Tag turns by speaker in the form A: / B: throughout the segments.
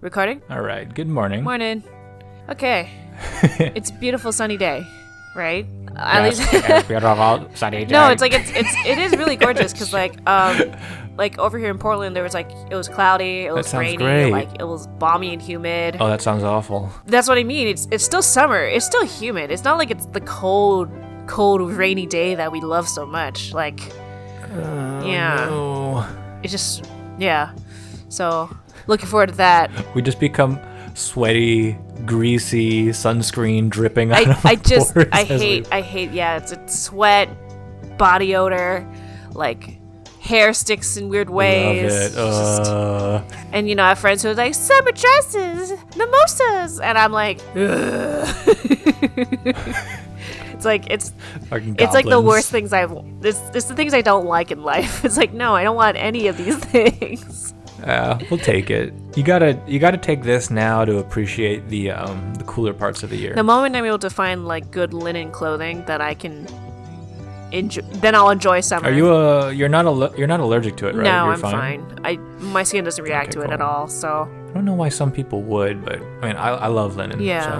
A: Recording?
B: All right. Good morning.
A: Morning. Okay. it's a beautiful sunny day, right? At
B: Yes,
A: least
B: yes, we are all sunny
A: No,
B: day.
A: it's like it's it's it is really gorgeous cuz like um like over here in Portland there was like it was cloudy, it was
B: sounds
A: rainy,
B: great.
A: like it was balmy and humid.
B: Oh, that sounds awful.
A: That's what I mean. It's it's still summer. It's still humid. It's not like it's the cold cold rainy day that we love so much. Like Yeah.
B: Oh,
A: It's just yeah. So looking forward to that.
B: we just become sweaty, greasy, sunscreen dripping out
A: I,
B: of
A: I
B: our
A: just
B: pores
A: I
B: as we-
A: hate I hate yeah it's, it's sweat, body odor, like hair sticks in weird ways.
B: Love it.
A: It's just-
B: Uh,
A: and you know I have friends who are like summer dresses, mimosas, and I'm like, "Ugh." it's like it's
B: fucking
A: it's like the
B: goblins.
A: worst things I've it's it's the things I don't like in life. It's like no I don't want any of these things.
B: Yeah, we'll take it. You gotta you gotta take this now to appreciate the um the cooler parts of the year.
A: The moment I'm able to find like good linen clothing that I can enjoy, then I'll enjoy summer.
B: Are you uh you're not al- you're not allergic to it, right?
A: No,
B: You're
A: I'm fine. I my skin doesn't react
B: Okay,
A: to it at
B: cool.
A: all. So
B: I don't know why some people would, but I mean I, I love linen.
A: yeah,
B: so.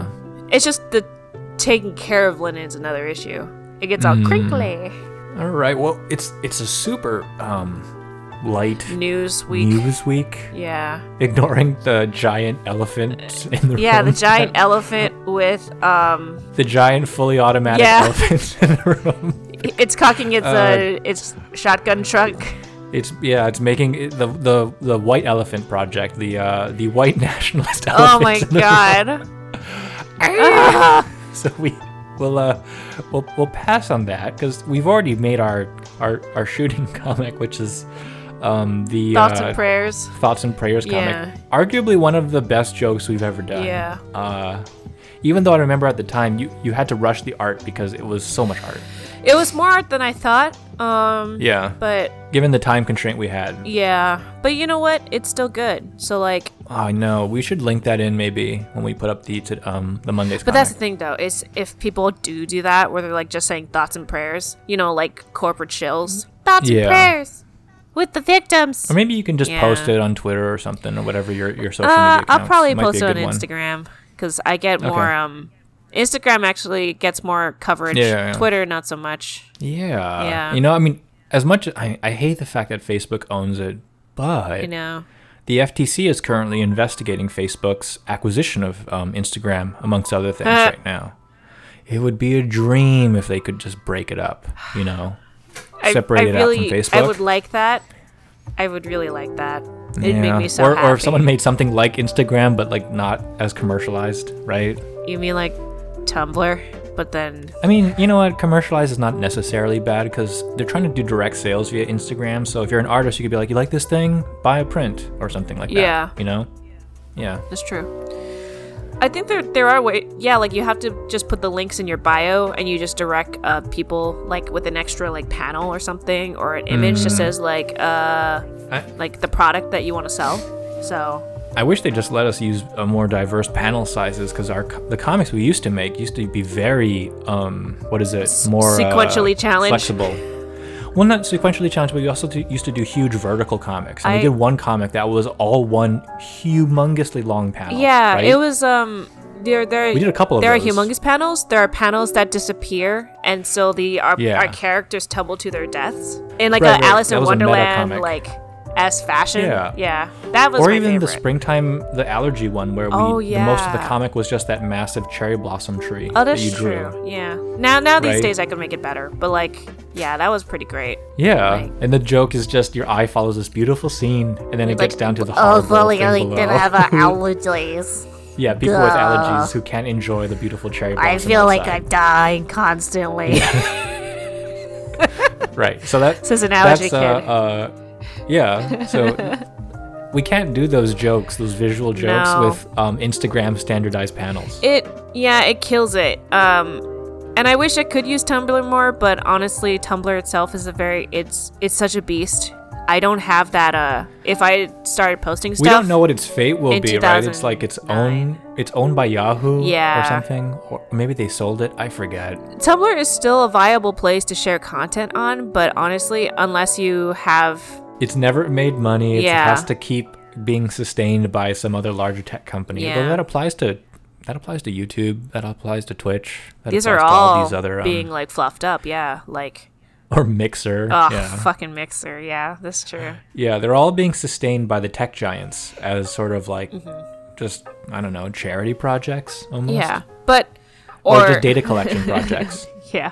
A: it's just the taking care of linen is another issue. It gets all
B: Mm.
A: crinkly.
B: All right. Well, it's it's a super um light
A: News week.
B: news week.
A: Yeah,
B: Ignoring the giant elephant in the
A: yeah. The
B: room.
A: giant elephant with um,
B: the giant fully automatic
A: Yeah.
B: elephant in the room.
A: it's cocking its uh, its shotgun trunk.
B: It's yeah, it's making it, the the the white elephant project, the uh the white nationalist elephant.
A: Oh my
B: in the room.
A: god.
B: So we will uh we'll, we'll pass on that cuz we've already made our our our shooting comic which is um the
A: Thoughts
B: uh,
A: and prayers.
B: Thoughts and Prayers comic.
A: Yeah.
B: Arguably one of the best jokes we've ever done.
A: Yeah.
B: Uh, even though I remember at the time you, you had to rush the art because it was so much art.
A: It was more art than I thought. Um,
B: Yeah.
A: but
B: Given the time constraint we had.
A: yeah, but you know what? It's still good. So like,
B: Oh, I know. We should link that in maybe when we put up the to, um the Monday's
A: But
B: comic.
A: that's the thing, though, is if people do do that, where they're like just saying thoughts and prayers, you know, like corporate shills. Thoughts
B: Mm-hmm. Yeah.
A: and prayers with the victims.
B: or maybe you can just
A: Yeah.
B: post it on Twitter or something or whatever your, your social media
A: uh,
B: accounts.
A: I'll probably
B: might be
A: post it
B: a
A: on
B: good one.
A: Instagram because I get more. um Instagram actually gets more coverage.
B: Yeah, yeah, yeah.
A: Twitter, not so much.
B: Yeah.
A: Yeah.
B: You know, I mean, as much I, I hate the fact that Facebook owns it, but
A: You know,
B: The FTC is currently investigating Facebook's acquisition of um, Instagram, amongst other things,
A: Uh.
B: right now. It would be a dream if they could just break it up, you know,
A: I,
B: separate
A: I
B: it
A: really,
B: out from
A: I
B: Facebook.
A: would like that. I would really like that. It'd make
B: Yeah.
A: me so
B: or,
A: happy.
B: or if someone made something like Instagram, but like not as commercialized, right?
A: you mean like Tumblr, but then
B: I mean, you know what? Commercialized is not necessarily bad because they're trying to do direct sales via Instagram. So if you're an artist, you could be like, "You like this thing? Buy a print or something like
A: Yeah.
B: that." You know? Yeah.
A: That's true. I think there there are way yeah, like you have to just put the links in your bio and you just direct uh, people like with an extra like panel or something or an image that says like uh
B: Mm. I- Oh,
A: like the product that you want to sell. So
B: I wish they just let us use a more diverse panel sizes because our co- the comics we used to make used to be very um what is it more uh,
A: sequentially challenged?
B: flexible. Well, not sequentially challenged, but we also do, used to do huge vertical comics. And
A: I-
B: we did one comic that was all one humongously long panel.
A: yeah,
B: right?
A: it was um there there
B: We did a couple of
A: there
B: those.
A: are humongous panels. There are panels that disappear and so the our,
B: Yeah.
A: our characters tumble to their deaths in like
B: Right,
A: a
B: right,
A: Alice
B: that
A: in
B: was a meta
A: Wonderland
B: comic.
A: like as fashion.
B: Yeah.
A: That was
B: Or
A: my
B: even the
A: favorite.
B: springtime, the allergy one, where we
A: Oh,
B: the most of the
A: yeah.
B: comic was just that massive cherry blossom tree
A: Oh,
B: that
A: that's
B: you drew.
A: true. Yeah. Now, now these
B: Right?
A: days I could make it better, but like, yeah, that was pretty great.
B: Yeah,
A: Like-
B: and the joke is just your eye follows this beautiful scene, and then it gets down to
A: oh,
B: the
C: Oh,
B: horrible thing below.
C: allergies.
B: Yeah, people with allergies who can't enjoy the beautiful cherry blossom.
C: I feel like
B: outside.
C: I'm dying constantly.
B: right. So that
A: Says an allergy
B: that's, Uh, uh, yeah. So we can't do those jokes, those visual jokes,
A: No.
B: with um, Instagram standardized panels.
A: It, yeah, it kills it. Um, and I wish I could use Tumblr more, but honestly, Tumblr itself is a very it's it's such a beast. I don't have that. Uh, if I started posting stuff,
B: we don't know what its fate will
A: in
B: be, right? It's like its own.
A: 2009.
B: It's owned by Yahoo
A: Yeah.
B: or something, or maybe they sold it. I forget.
A: Tumblr is still a viable place to share content on, but honestly, unless you have
B: It's never made money. It's, It
A: Yeah.
B: has to keep being sustained by some other larger tech company. Although
A: Yeah.
B: that applies to that applies to YouTube. That applies to Twitch. That
A: These are
B: applies
A: all,
B: to all these other um,
A: being like fluffed up. Yeah, like
B: or Mixer.
A: oh
B: yeah.
A: fucking mixer. Yeah, that's true.
B: Yeah, they're all being sustained by the tech giants as sort of like just I don't know charity projects almost.
A: Mm-hmm. Yeah, but
B: Or,
A: or,
B: just data collection projects.
A: Yeah.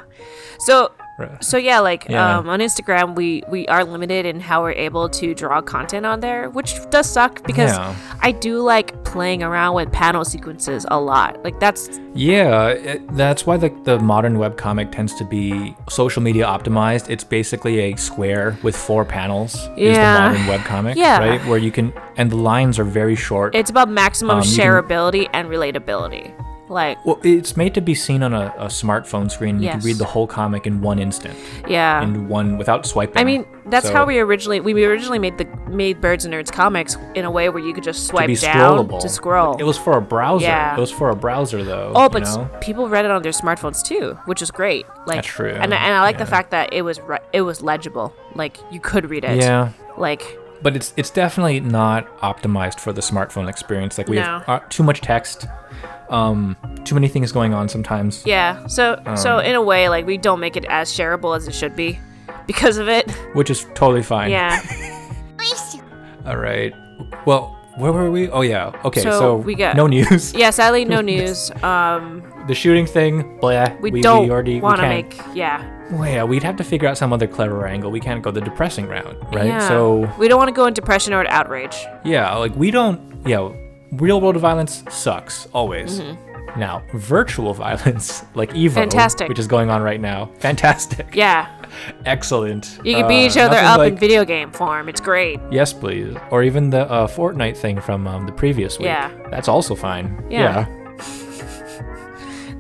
A: So
B: Right.
A: so yeah, like
B: Yeah.
A: Um, on Instagram, we we are limited in how we're able to draw content on there, which does suck because
B: Yeah.
A: I do like playing around with panel sequences a lot. Like that's
B: Yeah, it, that's why the, the modern webcomic tends to be social media optimized. It's basically a square with four panels.
A: Yeah.
B: Is the modern webcomic,
A: Yeah.
B: right? Where you can and the lines are very short.
A: it's about maximum
B: Um, you can-
A: shareability and relatability. Like
B: well, it's made to be seen on a, a smartphone screen. You can
A: Yes.
B: read the whole comic in one instant,
A: yeah.
B: in one without swiping.
A: I mean, that's
B: So,
A: how we originally we originally made the made Birds and Nerds comics in a way where you could just
B: to
A: swipe
B: be
A: down
B: scrollable
A: to scroll.
B: It was for a browser.
A: Yeah.
B: It was for a browser though.
A: Oh,
B: you
A: but s
B: know?
A: people read it on their smartphones too, which is great. Like
B: That's true,
A: And I, and I like the
B: yeah.
A: fact that it was re- it was legible. Like you could read it.
B: yeah.
A: Like
B: but it's it's definitely not optimized for the smartphone experience. Like we have
A: No.
B: uh, too much text, um, too many things going on sometimes.
A: yeah. So so
B: Um.
A: in a way, like we don't make it as shareable as it should be because of it.
B: which is totally fine.
A: Yeah.
B: All right. Well, where were we? Oh yeah. Okay. So,
A: So we got-
B: no news.
A: yeah. Sadly, no news. Um,
B: The shooting thing. Blah.
A: we, don't
B: already- we
A: want to
B: can't-
A: make. Yeah.
B: Well, yeah, we'd have to figure out some other clever angle. We can't go the depressing route, right?
A: Yeah.
B: So
A: we don't want to go into depression or outrage.
B: Yeah, like we don't, you know, real world violence sucks always. Now, virtual violence, like Evo,
A: Mm-hmm. Fantastic.
B: which is going on right now, fantastic,
A: Yeah.
B: excellent.
A: You can
B: Uh,
A: beat each other
B: nothing
A: up
B: like,
A: in video game form. It's great.
B: Yes, please. Or even the uh, Fortnite thing from um, the previous week.
A: Yeah.
B: that's also fine.
A: Yeah.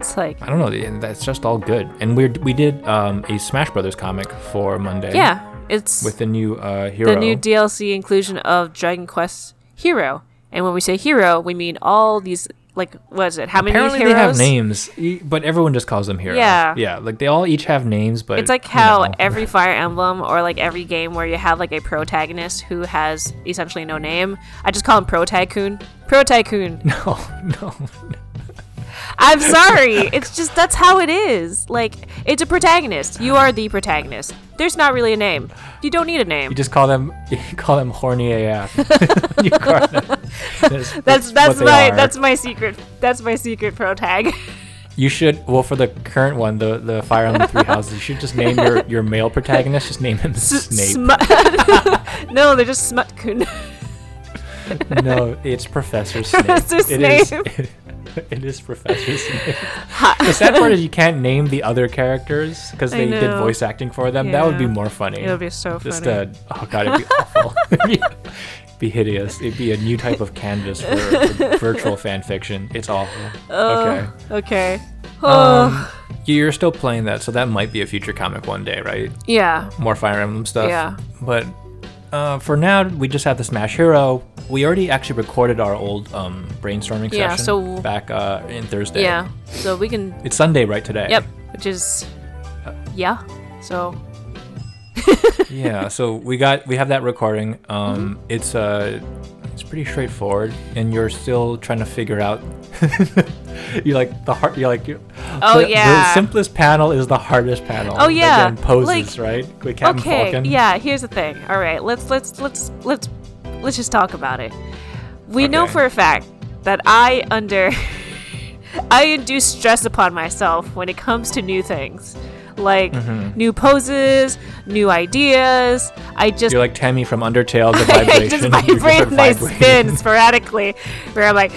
A: It's like
B: I don't know. th- That's just all good. And we we did um, a Smash Brothers comic for Monday.
A: yeah. It's
B: With the new uh, hero.
A: the new DLC inclusion of Dragon Quest Hero. And when we say hero, we mean all these like what is it? How many
B: Apparently
A: heroes?
B: they have names, e- but everyone just calls them hero.
A: Yeah.
B: yeah. Like they all each have names, but
A: It's like
B: you
A: how
B: know.
A: every Fire Emblem or like every game where you have like a protagonist who has essentially no name. I just call him Pro Tycoon. Pro Tycoon.
B: Oh no.
A: I'm sorry. It's just that's how it is. Like it's a protagonist. You are the protagonist. There's not really a name. You don't need a name.
B: You just call them you call them horny AF. you call them. That's
A: That's that's
B: what they
A: my
B: are.
A: that's my secret that's my secret pro tag.
B: you should well for the current one, the the Fire Emblem Three Houses, you should just name your, your male protagonist, just name him Snape.
A: Smu- no, they're just Smutcoon.
B: no, it's Professor Snape.
A: Professor
B: It is, it is Professor Snape. the sad part is you can't name the other characters because
A: I
B: they did
A: know.
B: voice acting for them. That would be
A: Yeah.
B: more funny.
A: It would be so funny.
B: Just uh oh god, it'd be awful. It'd be- be hideous. It'd be a new type of canvas for, for virtual fan fiction. It's awful. okay.
A: okay.
B: Um,
A: Oh,
B: You- You're still playing that, so that might be a future comic one day, right?
A: yeah.
B: More Fire Emblem stuff.
A: Yeah.
B: But uh, for now, we just have the Smash Hero. We already actually recorded our old um, brainstorming
A: Yeah,
B: session
A: so-
B: back uh, in Thursday.
A: Yeah. So we can.
B: It's Sunday, right today?
A: Yep. Which is. Yeah. So.
B: yeah so we got we have that recording
A: Mm-hmm.
B: um it's uh it's pretty straightforward and you're still trying to figure out you like the heart you like you
A: Oh,
B: the, the
A: yeah.
B: simplest panel is the hardest panel
A: Oh, yeah,
B: Again,
A: like-
B: poses right with captain
A: okay.
B: falcon
A: Yeah. Here's the thing. All right. Let's let's let's let's let's just talk about it. We know
B: Okay.
A: for a fact that I under. I induce stress upon myself when it comes to new things, like
B: Mm-hmm.
A: new poses, new ideas. I just
B: you're like tammy from undertale the
A: I
B: vibration
A: just
B: You're
A: vibrate
B: just
A: and I
B: vibrating.
A: spin sporadically, where I'm like,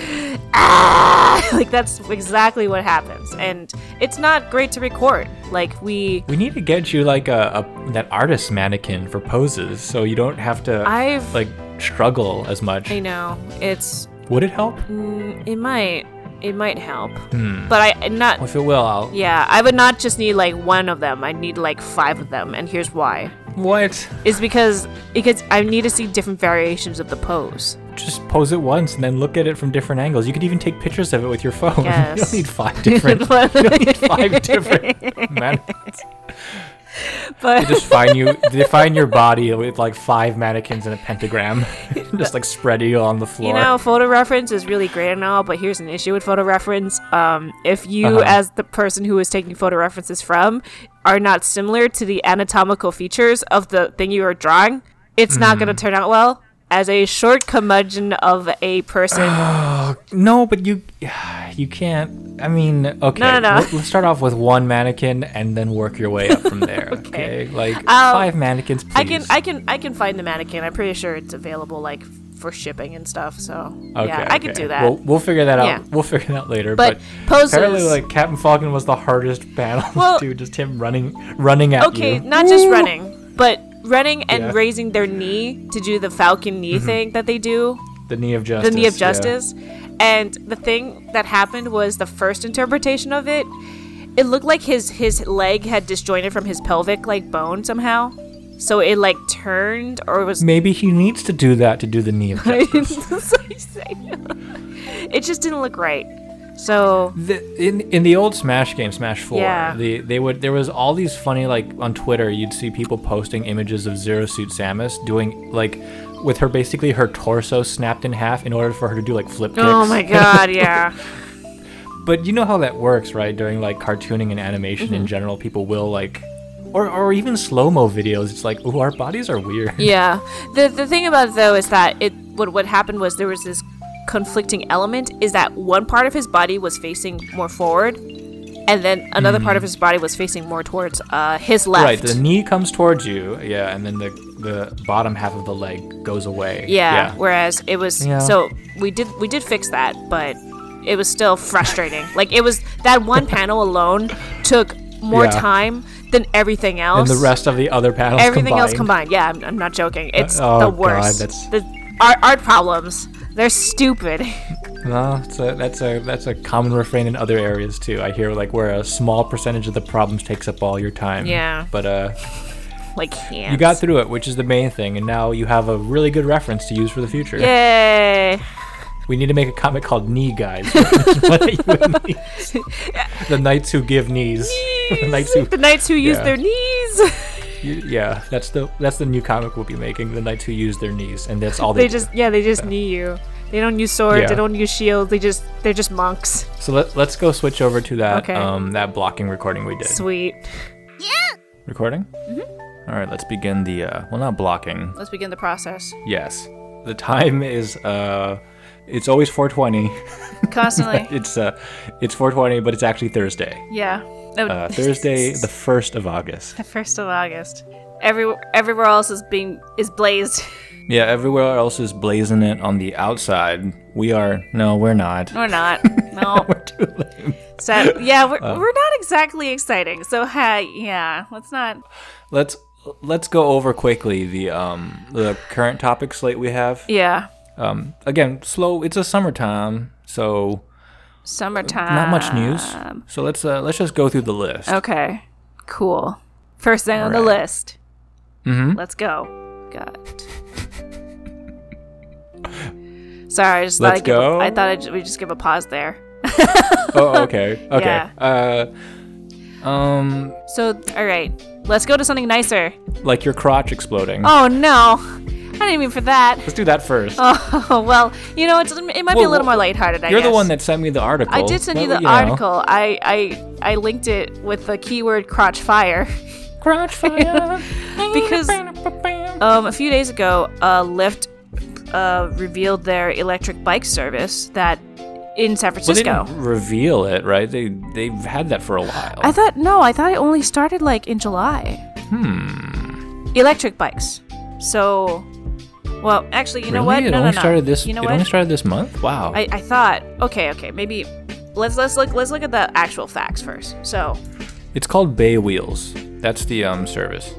A: ah, like that's exactly what happens, and it's not great to record. Like we,
B: we need to get you like a, a that artist mannequin for poses so you don't have to
A: I've,
B: like struggle as much
A: I know it's,
B: would it help well
A: mm, it might, it might help,
B: Hmm.
A: but I not,
B: if it will i'll
A: yeah, I would not just need like one of them. I need like five of them, and here's why:
B: what
A: is because because I need to see different variations of the pose.
B: just pose it once and then look at it from different angles. You could even take pictures of it with your phone. you don't
A: Yes.
B: need five different. you don't need five different. Man. They
A: But
B: just find you. They find your body with like five mannequins and a pentagram, just like spread you on the floor.
A: you know, photo reference is really great and all, but here's an issue with photo reference. Um, if you,
B: Uh-huh.
A: as the person who is taking photo references from, are not similar to the anatomical features of the thing you are drawing, it's not
B: Mm-hmm.
A: going to turn out well. As a short curmudgeon of a person,
B: No, but you you can't. I mean, okay.
A: No, no, no.
B: Let, us start off with one mannequin and then work your way up from there. okay. Like five mannequins, please.
A: Um, I can I can I can find the mannequin. I'm pretty sure it's available like for shipping and stuff. So
B: Okay,
A: yeah, I can
B: okay.
A: do that.
B: We'll, we'll figure that out.
A: Yeah.
B: We'll figure that out later.
A: But
B: But,
A: poses-
B: apparently, like Captain Falcon was the hardest battle
A: Well-
B: to do. Just him running, running at
A: okay,
B: you.
A: not just running, but running and
B: Yeah.
A: raising their knee to do the falcon knee thing that they do,
B: the knee of
A: the
B: justice.
A: knee of
B: yeah.
A: justice. And the thing that happened was the first interpretation of it. It looked like his his leg had disjointed from his pelvic like bone somehow. So it like turned or was
B: Maybe he needs to do that to do the knee of justice.
A: it just didn't look right. So
B: the, in in the old Smash game, Smash Four,
A: Yeah.
B: the they would there was all these funny like on Twitter, you'd see people posting images of Zero Suit Samus doing like with her basically her torso snapped in half in order for her to do like flip kicks.
A: Oh my god, yeah.
B: But you know how that works, right? During like cartooning and animation
A: Mm-hmm.
B: in general, people will like, or or even slow mo videos. It's like, ooh, our bodies are weird.
A: yeah. The the thing about it though is that it what what happened was there was this conflicting element is that one part of his body was facing more forward and then another part of his body was facing more towards uh, his left.
B: Mm. Right, the knee comes towards you, yeah, and then the the bottom half of the leg goes away.
A: yeah, whereas it was
B: Yeah.
A: so we did we did fix that, but it was still frustrating. like it was that one panel alone took more
B: Yeah.
A: time than everything else.
B: And the rest of the other panels
A: everything else
B: combined.
A: combined. Yeah, I'm, I'm not joking. It's
B: oh,
A: the
B: God,
A: worst.
B: that's-
A: The art, art problems. They're stupid.
B: No, that's a that's a that's a common refrain in other areas too. I hear like where a small percentage of the problems takes up all your time.
A: Yeah.
B: But uh,
A: like hands.
B: you got through it, which is the main thing, and now you have a really good reference to use for the future.
A: Yay!
B: We need to make a comic called Knee Guys. the knights who give knees. the knights who.
A: the knights who use
B: yeah.
A: their knees.
B: Yeah, that's the that's the new comic we'll be making. The knights who use their knees, and that's all they,
A: they
B: do.
A: just yeah, they just knee you. They don't use swords. They
B: Yeah.
A: don't use shields. They just they're just monks.
B: So let, let's go switch over to that
A: Okay.
B: um that blocking recording we did.
A: Sweet.
B: Recording? Mm-hmm. All right, let's begin the, uh, well, not blocking.
A: Let's begin the process.
B: Yes. The time is, uh, it's always 420.
A: Constantly.
B: It's, uh, it's 420, but it's actually Thursday.
A: yeah. No,
B: Uh, Thursday, the 1st of August.
A: the first of August. Every everywhere else is being is blazed.
B: Yeah, everywhere else is blazing it on the outside. We are, no, we're not.
A: We're not. No.
B: We're too lame. Uh.
A: Sad. Yeah, we're, we're not exactly exciting. So, ha, yeah, let's not.
B: Let's, let's go over quickly the, um, the current topic slate we have.
A: Yeah,
B: Um, again, slow, it's a summertime, so
A: summertime.
B: not much news. So let's uh, let's just go through the list.
A: Um. Okay, cool. First thing on the
B: Alright. Mm-hmm.
A: list. Let's go. Got. Sorry, I just thought
B: Let's
A: I'd give a-
B: go.
A: I thought I'd, ju- we'd just give a pause there.
B: oh, okay, okay.
A: Yeah.
B: Uh, um,
A: So, all right, let's go to something nicer.
B: like your crotch exploding.
A: Oh no, I didn't mean for that.
B: Let's do that first.
A: Oh well, you know it's, it might be a
B: Well,
A: little more lighthearted. I
B: You're the
A: guess.
B: one that sent me the article.
A: I did send
B: That
A: you the
B: way- know.
A: article. I, I I linked it with the keyword crotch fire
B: Crotch fire.
A: because um, a few days ago, uh, Lyft uh, revealed their electric bike service that in San
B: well, they
A: Francisco.
B: didn't reveal it, right? They they've had that for a while.
A: I thought no, I thought it only started like in July. Hmm. Electric bikes. So, well, actually, you
B: really?
A: know what?
B: It
A: no, no,
B: only
A: no.
B: started this.
A: You know
B: it
A: what?
B: only started this month. Wow.
A: I, I thought okay, okay, maybe let's let's look let's look at the actual facts first. So,
B: it's called Bay Wheels. That's the um service.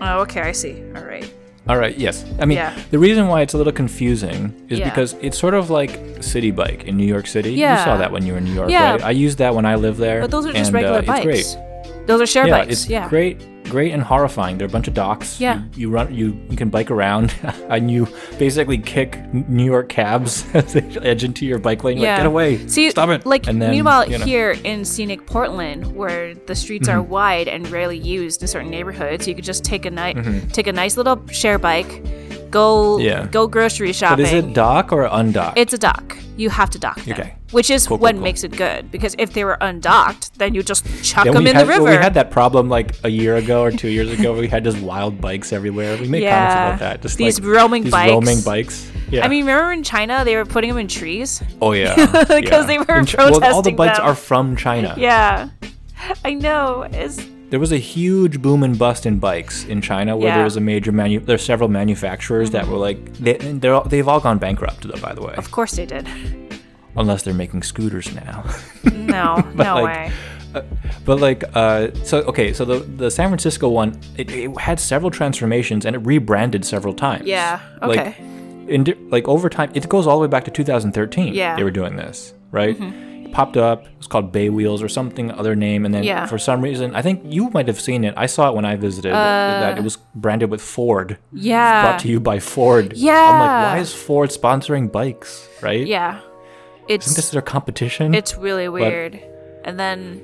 A: oh, okay, I see. All right.
B: All right. Yes. I mean,
A: Yeah.
B: the reason why it's a little confusing is
A: Yeah.
B: because it's sort of like City Bike in New York City.
A: Yeah.
B: You saw that when you were in New York,
A: Yeah.
B: right? I used that when I lived there.
A: But those are just
B: and,
A: regular
B: uh,
A: bikes.
B: It's great.
A: Those are share
B: yeah,
A: bikes.
B: it's
A: yeah.
B: great. great and horrifying. There are a bunch of docks.
A: Yeah.
B: You, you run. You you can bike around, and you basically kick New York cabs as they edge into your bike lane. You're Like, get away.
A: See,
B: Stop it.
A: Like,
B: And then,
A: meanwhile,
B: you know. Mm-hmm.
A: here in scenic Portland, where the streets are wide and rarely used in certain neighborhoods, you could just take a night, take a nice little share bike, go,
B: Mm-hmm. Yeah.
A: go grocery
B: But
A: shopping.
B: is it dock or undock?
A: it's a dock. You have to dock them,
B: Okay.
A: which is
B: Cool, cool,
A: what
B: cool.
A: makes it good. Because if they were undocked, then you just chuck
B: Yeah,
A: them
B: we
A: in
B: had,
A: the river.
B: well, we had that problem like a year ago or two years ago. we had just wild bikes everywhere. We made
A: Yeah.
B: comments about that. Just
A: These
B: like,
A: roaming
B: these
A: bikes.
B: roaming bikes. Yeah.
A: I mean, remember in China they were putting them in trees?
B: oh yeah,
A: 'Cause they were
B: In Chi- well, all the
A: protesting
B: bikes
A: them.
B: are from China.
A: Yeah, I know. It's
B: There was a huge boom and bust in bikes in China, where
A: Yeah.
B: there was a major manu. There are several manufacturers that were like they, they're all, they've all gone bankrupt though, by the way,
A: of course they did.
B: unless they're making scooters now.
A: No, no
B: like,
A: way.
B: But like, uh, so okay, so the the San Francisco one, it, it had several transformations and it rebranded several times.
A: Yeah, okay.
B: Like, in di- like over time, it goes all the way back to 2013.
A: Yeah. Mm-hmm.
B: They were doing this, right? It popped up. It was called Bay Wheels or something other name, and then
A: Yeah.
B: for some reason, I think you might have seen it. I saw it when I visited.
A: Uh,
B: that it was branded with Ford.
A: Yeah.
B: Brought to you by Ford. I'm
A: uh, Yeah.
B: like, why is Ford sponsoring bikes? Right.
A: Yeah,
B: Isn't this
A: it's
B: their competition?
A: it's really weird. and then,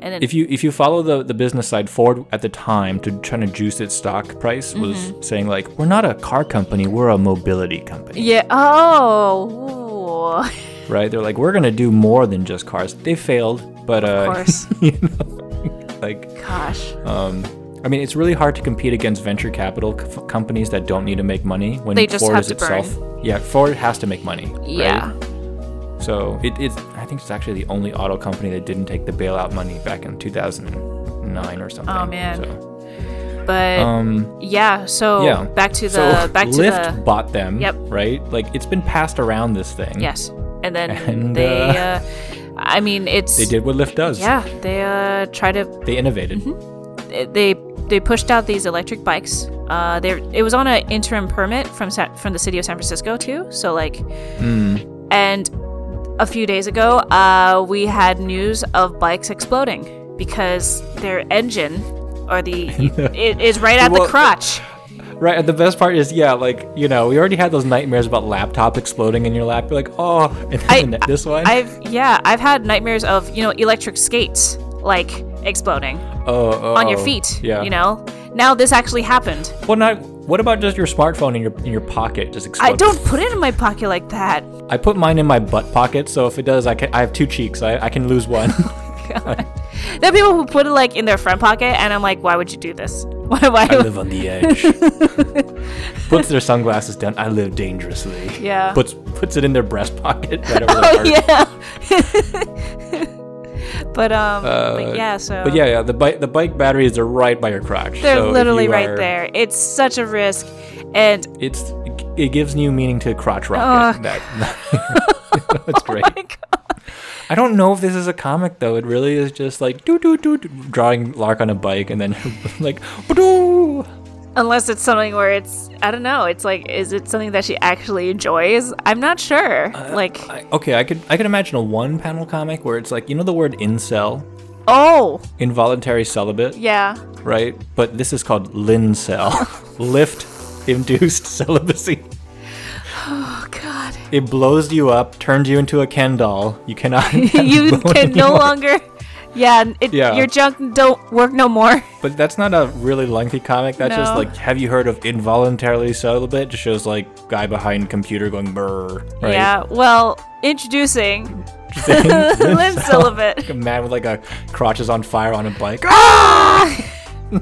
A: and then
B: if you if you follow the the business side, Ford at the time to trying to juice its stock price was
A: Mm-hmm.
B: saying like, we're not a car company, we're a mobility company,
A: yeah. Oh, ooh, of
B: right? They're like, we're gonna do more than just cars. They failed, but uh,
A: course.
B: like,
A: Gosh.
B: I mean, it's really hard to compete against venture capital c- companies that don't need to make money when
A: They just
B: Ford
A: have
B: is
A: to burn.
B: itself. Yeah, Ford has to make money. right?
A: Yeah.
B: So it, it's I think it's actually the only auto company that didn't take the bailout money back in 2009 or something.
A: Oh, man.
B: So,
A: But
B: um.
A: yeah. So
B: yeah.
A: back to
B: So
A: the back to
B: Lyft
A: the
B: bought them.
A: Yep.
B: Right. Like it's been passed around this thing.
A: yes, and then
B: And,
A: they.
B: uh,
A: Uh, I mean, it's
B: They did what Lyft does.
A: yeah. Mm-hmm. They uh try to
B: They innovated.
A: they they pushed out these electric bikes. Uh, they it was on an interim permit from Sa- from the city of San Francisco too. So like,
B: Hmm.
A: and a few days ago, uh, we had news of bikes exploding because their engine or the it is right at
B: Well,
A: the crotch.
B: Right. And the best part is, yeah, like you know, we already had those nightmares about laptop exploding in your lap. You're like, oh, and then
A: I-
B: this one.
A: I've yeah, I've had nightmares of you know electric skates like exploding
B: oh, oh,
A: on your
B: oh.
A: feet.
B: Yeah.
A: you know. Now this actually happened.
B: Well, not. What about just your smartphone in your in your pocket just
A: I
B: exploding?
A: don't put it in my pocket like that.
B: I put mine in my butt pocket, so if it does, I can. I have two cheeks. I, I can lose one.
A: There are people who put it like in their front pocket, and I'm like, why would you do this? Why? why
B: I live on the edge. puts their sunglasses down. I live dangerously.
A: Yeah.
B: Puts puts it in their breast pocket. Right over their
A: Oh,
B: heart.
A: yeah. but um, but yeah. So
B: Uh, But yeah, yeah. The bike the bike batteries are right by your crotch.
A: they're
B: so if
A: literally
B: you
A: right
B: are-
A: there. It's such a risk, and
B: It's it gives new meaning to crotch rocket. that, that's great. I don't know if this is a comic though. It really is just like doo doo doo doo, drawing Lark on a bike and then like doo.
A: unless it's something where it's I don't know. It's like, is it something that she actually enjoys? I'm not sure. like,
B: I, okay, I could I could imagine a one panel comic where it's like you know the word incel,
A: oh
B: involuntary celibate,
A: yeah,
B: right? But this is called lincel, lift induced celibacy.
A: oh god,
B: It blows you up, turns you into a Ken doll. You cannot.
A: you can no longer. Yeah, it,
B: Yeah.
A: your junk don't work no more.
B: But that's not a really lengthy comic. That's just
A: No.
B: like, have you heard of involuntarily celibate? Just shows like guy behind computer going brr, right?
A: Yeah. Well, introducing
B: Thing.
A: Lynn Sullivan.
B: a man with like a crotches on fire on a bike.
A: Ah!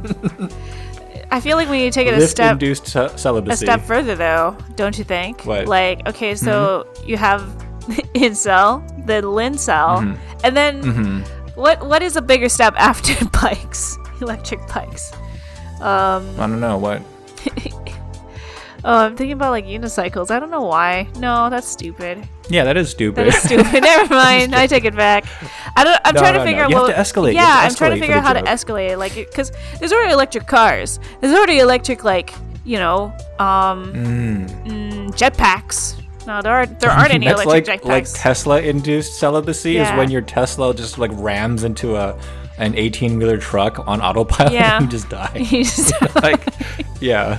A: I feel like we need to take it a
B: Lift
A: step
B: induced ce-
A: a
B: celibacy.
A: step further though, don't you think?
B: What? Hmm?
A: Like, okay, so you have incel, then lincel,
B: Mm-hmm.
A: and then what what is a bigger step after bikes? Electric bikes. Um
B: I don't know what.
A: oh I'm thinking about like unicycles. I don't know why. No, that's stupid.
B: Yeah, that is
A: That
B: stupid.
A: is stupid. Never mind. I take it back. I don't. I'm
B: No,
A: trying
B: no,
A: to
B: no.
A: figure out
B: You have
A: what.
B: to escalate. You
A: Yeah,
B: have to
A: I'm trying
B: escalate
A: to figure
B: for
A: out how
B: the
A: to
B: joke.
A: escalate. Like, because there's already electric cars. There's already electric, like you know, um, mm, jetpacks. No, there aren't. There aren't any
B: Hmm. That's
A: electric
B: like like
A: jetpacks.
B: Tesla induced celibacy
A: Yeah.
B: is when your Tesla just like rams into a an 18 wheeler truck on autopilot
A: Yeah.
B: and you just die.
A: You just-
B: like, yeah.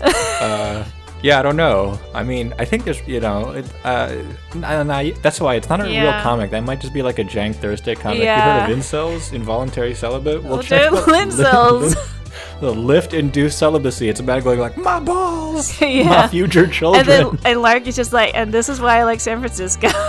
B: Uh, yeah, I don't know. I mean, I think there's, you know, it, uh, I don't know. That's why it's not a real
A: Yeah.
B: comic. That might just be like a jank Thursday comic.
A: Yeah.
B: You heard of incels, involuntary celibate? Well,
A: Well, they're lincels.
B: The lift induced celibacy. It's about going like, my balls, my
A: yeah.
B: future children.
A: And then and Lark is just like, and this is why I like San Francisco.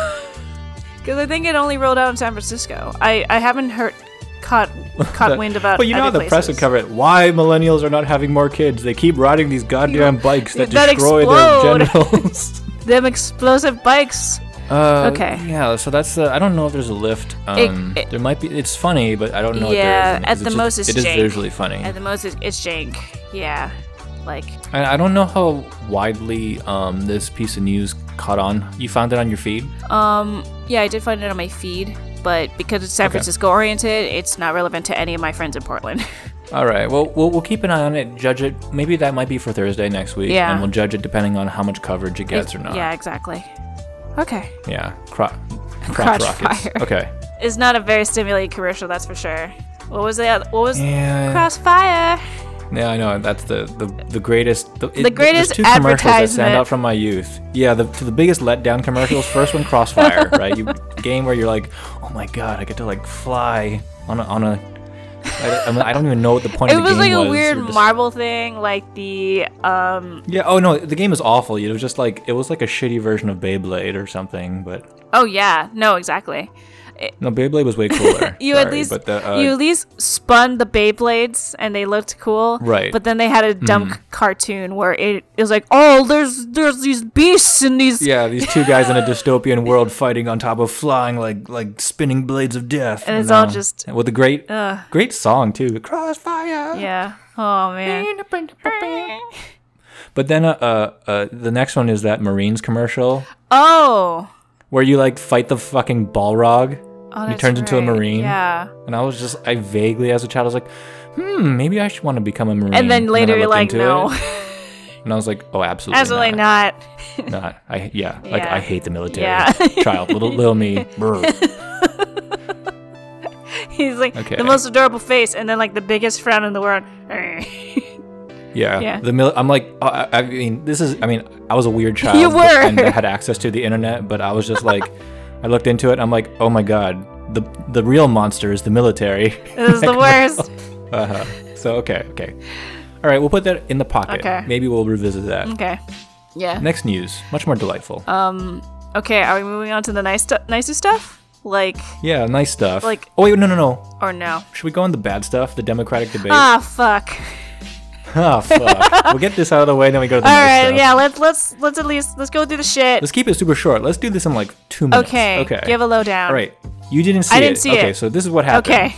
A: Because I think it only rolled out in San Francisco. I, I haven't heard caught caught wind about.
B: But you know how
A: other
B: the press would
A: places.
B: cover it. Why millennials are not having more kids? They keep riding these goddamn bikes that,
A: that
B: destroy
A: explode.
B: their genitals.
A: them explosive bikes.
B: Uh,
A: Okay.
B: Yeah, so that's the. I don't know if there's a lift. Um,
A: it-
B: there might be. It's funny, but I don't know.
A: Yeah,
B: if there is
A: at
B: any, 'cause
A: the
B: it's just-
A: most it's
B: it is
A: jank.
B: visually funny.
A: At the most, it's, it's jank. Yeah, like
B: And I don't know how widely um, this piece of news caught on. You found it on your feed.
A: um yeah, I did find it on my feed, but because it's San
B: Okay.
A: Francisco oriented, it's not relevant to any of my friends in Portland.
B: All right. Well, we'll we'll keep an eye on it. Judge it. Maybe that might be for Thursday next week.
A: Yeah.
B: And we'll judge it depending on how much coverage it gets or not.
A: Yeah, exactly. Okay,
B: Yeah. Cro- crotch
A: Crotch
B: rockets.
A: fire.
B: Okay.
A: it's not a very stimulating commercial, that's for sure. What was that? What was
B: Yeah.
A: Crossfire?
B: Yeah, I know. That's the the, the greatest. The, it-
A: greatest
B: there's two commercials that stand
A: advertisement.
B: out from my youth. Yeah, the the biggest letdown commercials. First one, Crossfire, right? You game where you're like, oh my god, I get to like fly on a on a. I, I, mean, I don't even know what the point
A: It
B: of the
A: was
B: game
A: like a
B: was.
A: weird
B: You're just-
A: marble thing, like the um.
B: Yeah. Oh no, the game is awful. It was just like it was like a shitty version of Beyblade or something. But
A: Oh yeah, no, exactly.
B: no, Beyblade was way cooler.
A: You
B: Sorry,
A: at least
B: But the, uh,
A: you at least spun the Beyblades and they looked cool.
B: Right. Mm-hmm.
A: But then they had a dumb c- cartoon where it, it was like, oh, there's there's these beasts and these.
B: yeah, these two guys in a dystopian world fighting on top of flying like like spinning blades of death.
A: And it's all
B: um,
A: just-
B: with a great great song too, Crossfire.
A: Yeah. Oh man.
B: But then uh, uh uh the next one is that Marines commercial
A: Oh.
B: where you like fight the fucking Balrog.
A: oh
B: he
A: that's
B: turns into a
A: right.
B: Marine.
A: Yeah.
B: And I was just I vaguely as a child I was like, hmm, maybe I should want to become a Marine.
A: And then later
B: I
A: you're
B: looked
A: like,
B: into
A: no,
B: it, and I was like, oh, absolutely,
A: absolutely
B: not.
A: not.
B: Not. I yeah, like
A: Yeah.
B: I hate the military.
A: Yeah.
B: child, little little me. Brr.
A: He's like
B: Okay.
A: the most adorable face, and then like the biggest frown in the world.
B: Yeah.
A: Yeah.
B: The mil- I'm like, uh, I I mean, this is. I mean, I was a weird child.
A: You
B: but-
A: were.
B: And I had access to the internet, but I was just like, I looked into it. I'm like, oh my god, the the real monster is the military.
A: This is the worst.
B: uh-huh. So okay, okay. All right, we'll put that in the pocket.
A: Okay.
B: Maybe we'll revisit that.
A: Okay. Uh, Yeah.
B: Next news, much more delightful.
A: Okay, are we moving on to the nice stu- nicer stuff? Like
B: yeah, nice stuff.
A: like-
B: oh wait, no, no, no.
A: or no?
B: Should we go on the bad stuff, the Democratic debate?
A: Ah, fuck.
B: oh fuck. we'll get this out of the way, then we go to the
A: All
B: nice
A: right,
B: stuff.
A: yeah. Let's let's let's at least let's go through the shit.
B: Let's keep it super short. Let's do this in like two minutes.
A: okay,
B: Okay.
A: Give a lowdown.
B: All right. You didn't see
A: I didn't
B: it.
A: see
B: okay,
A: it.
B: so this is what happened.
A: Okay.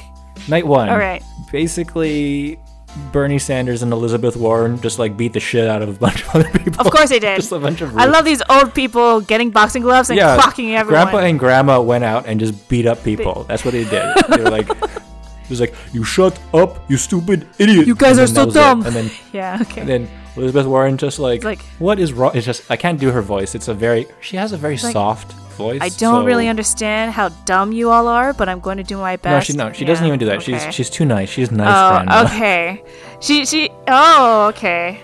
B: Night one.
A: All right.
B: Basically, Bernie Sanders and Elizabeth Warren just like beat the shit out of a bunch of other people.
A: Of course they did.
B: Just a bunch of.
A: I love these old people getting boxing gloves and
B: yeah,
A: clocking everyone.
B: Grandpa and Grandma went out and just beat up people. That's what they did. They were like, it was like, you shut up, you stupid idiot.
A: you guys are
B: And then
A: so
B: that was it.
A: dumb.
B: And then
A: yeah. Okay.
B: And then Elizabeth Warren just like,
A: like-
B: what is wrong? It's just I can't do her voice. It's a very she has a very soft voice.
A: I don't
B: so-
A: really understand how dumb you all are, but I'm going to do my
B: No,
A: best.
B: she no, she
A: Yeah,
B: doesn't even do that. She's
A: okay.
B: she's too nice. She's nice
A: Oh,
B: grandma.
A: okay. She she. Oh, okay.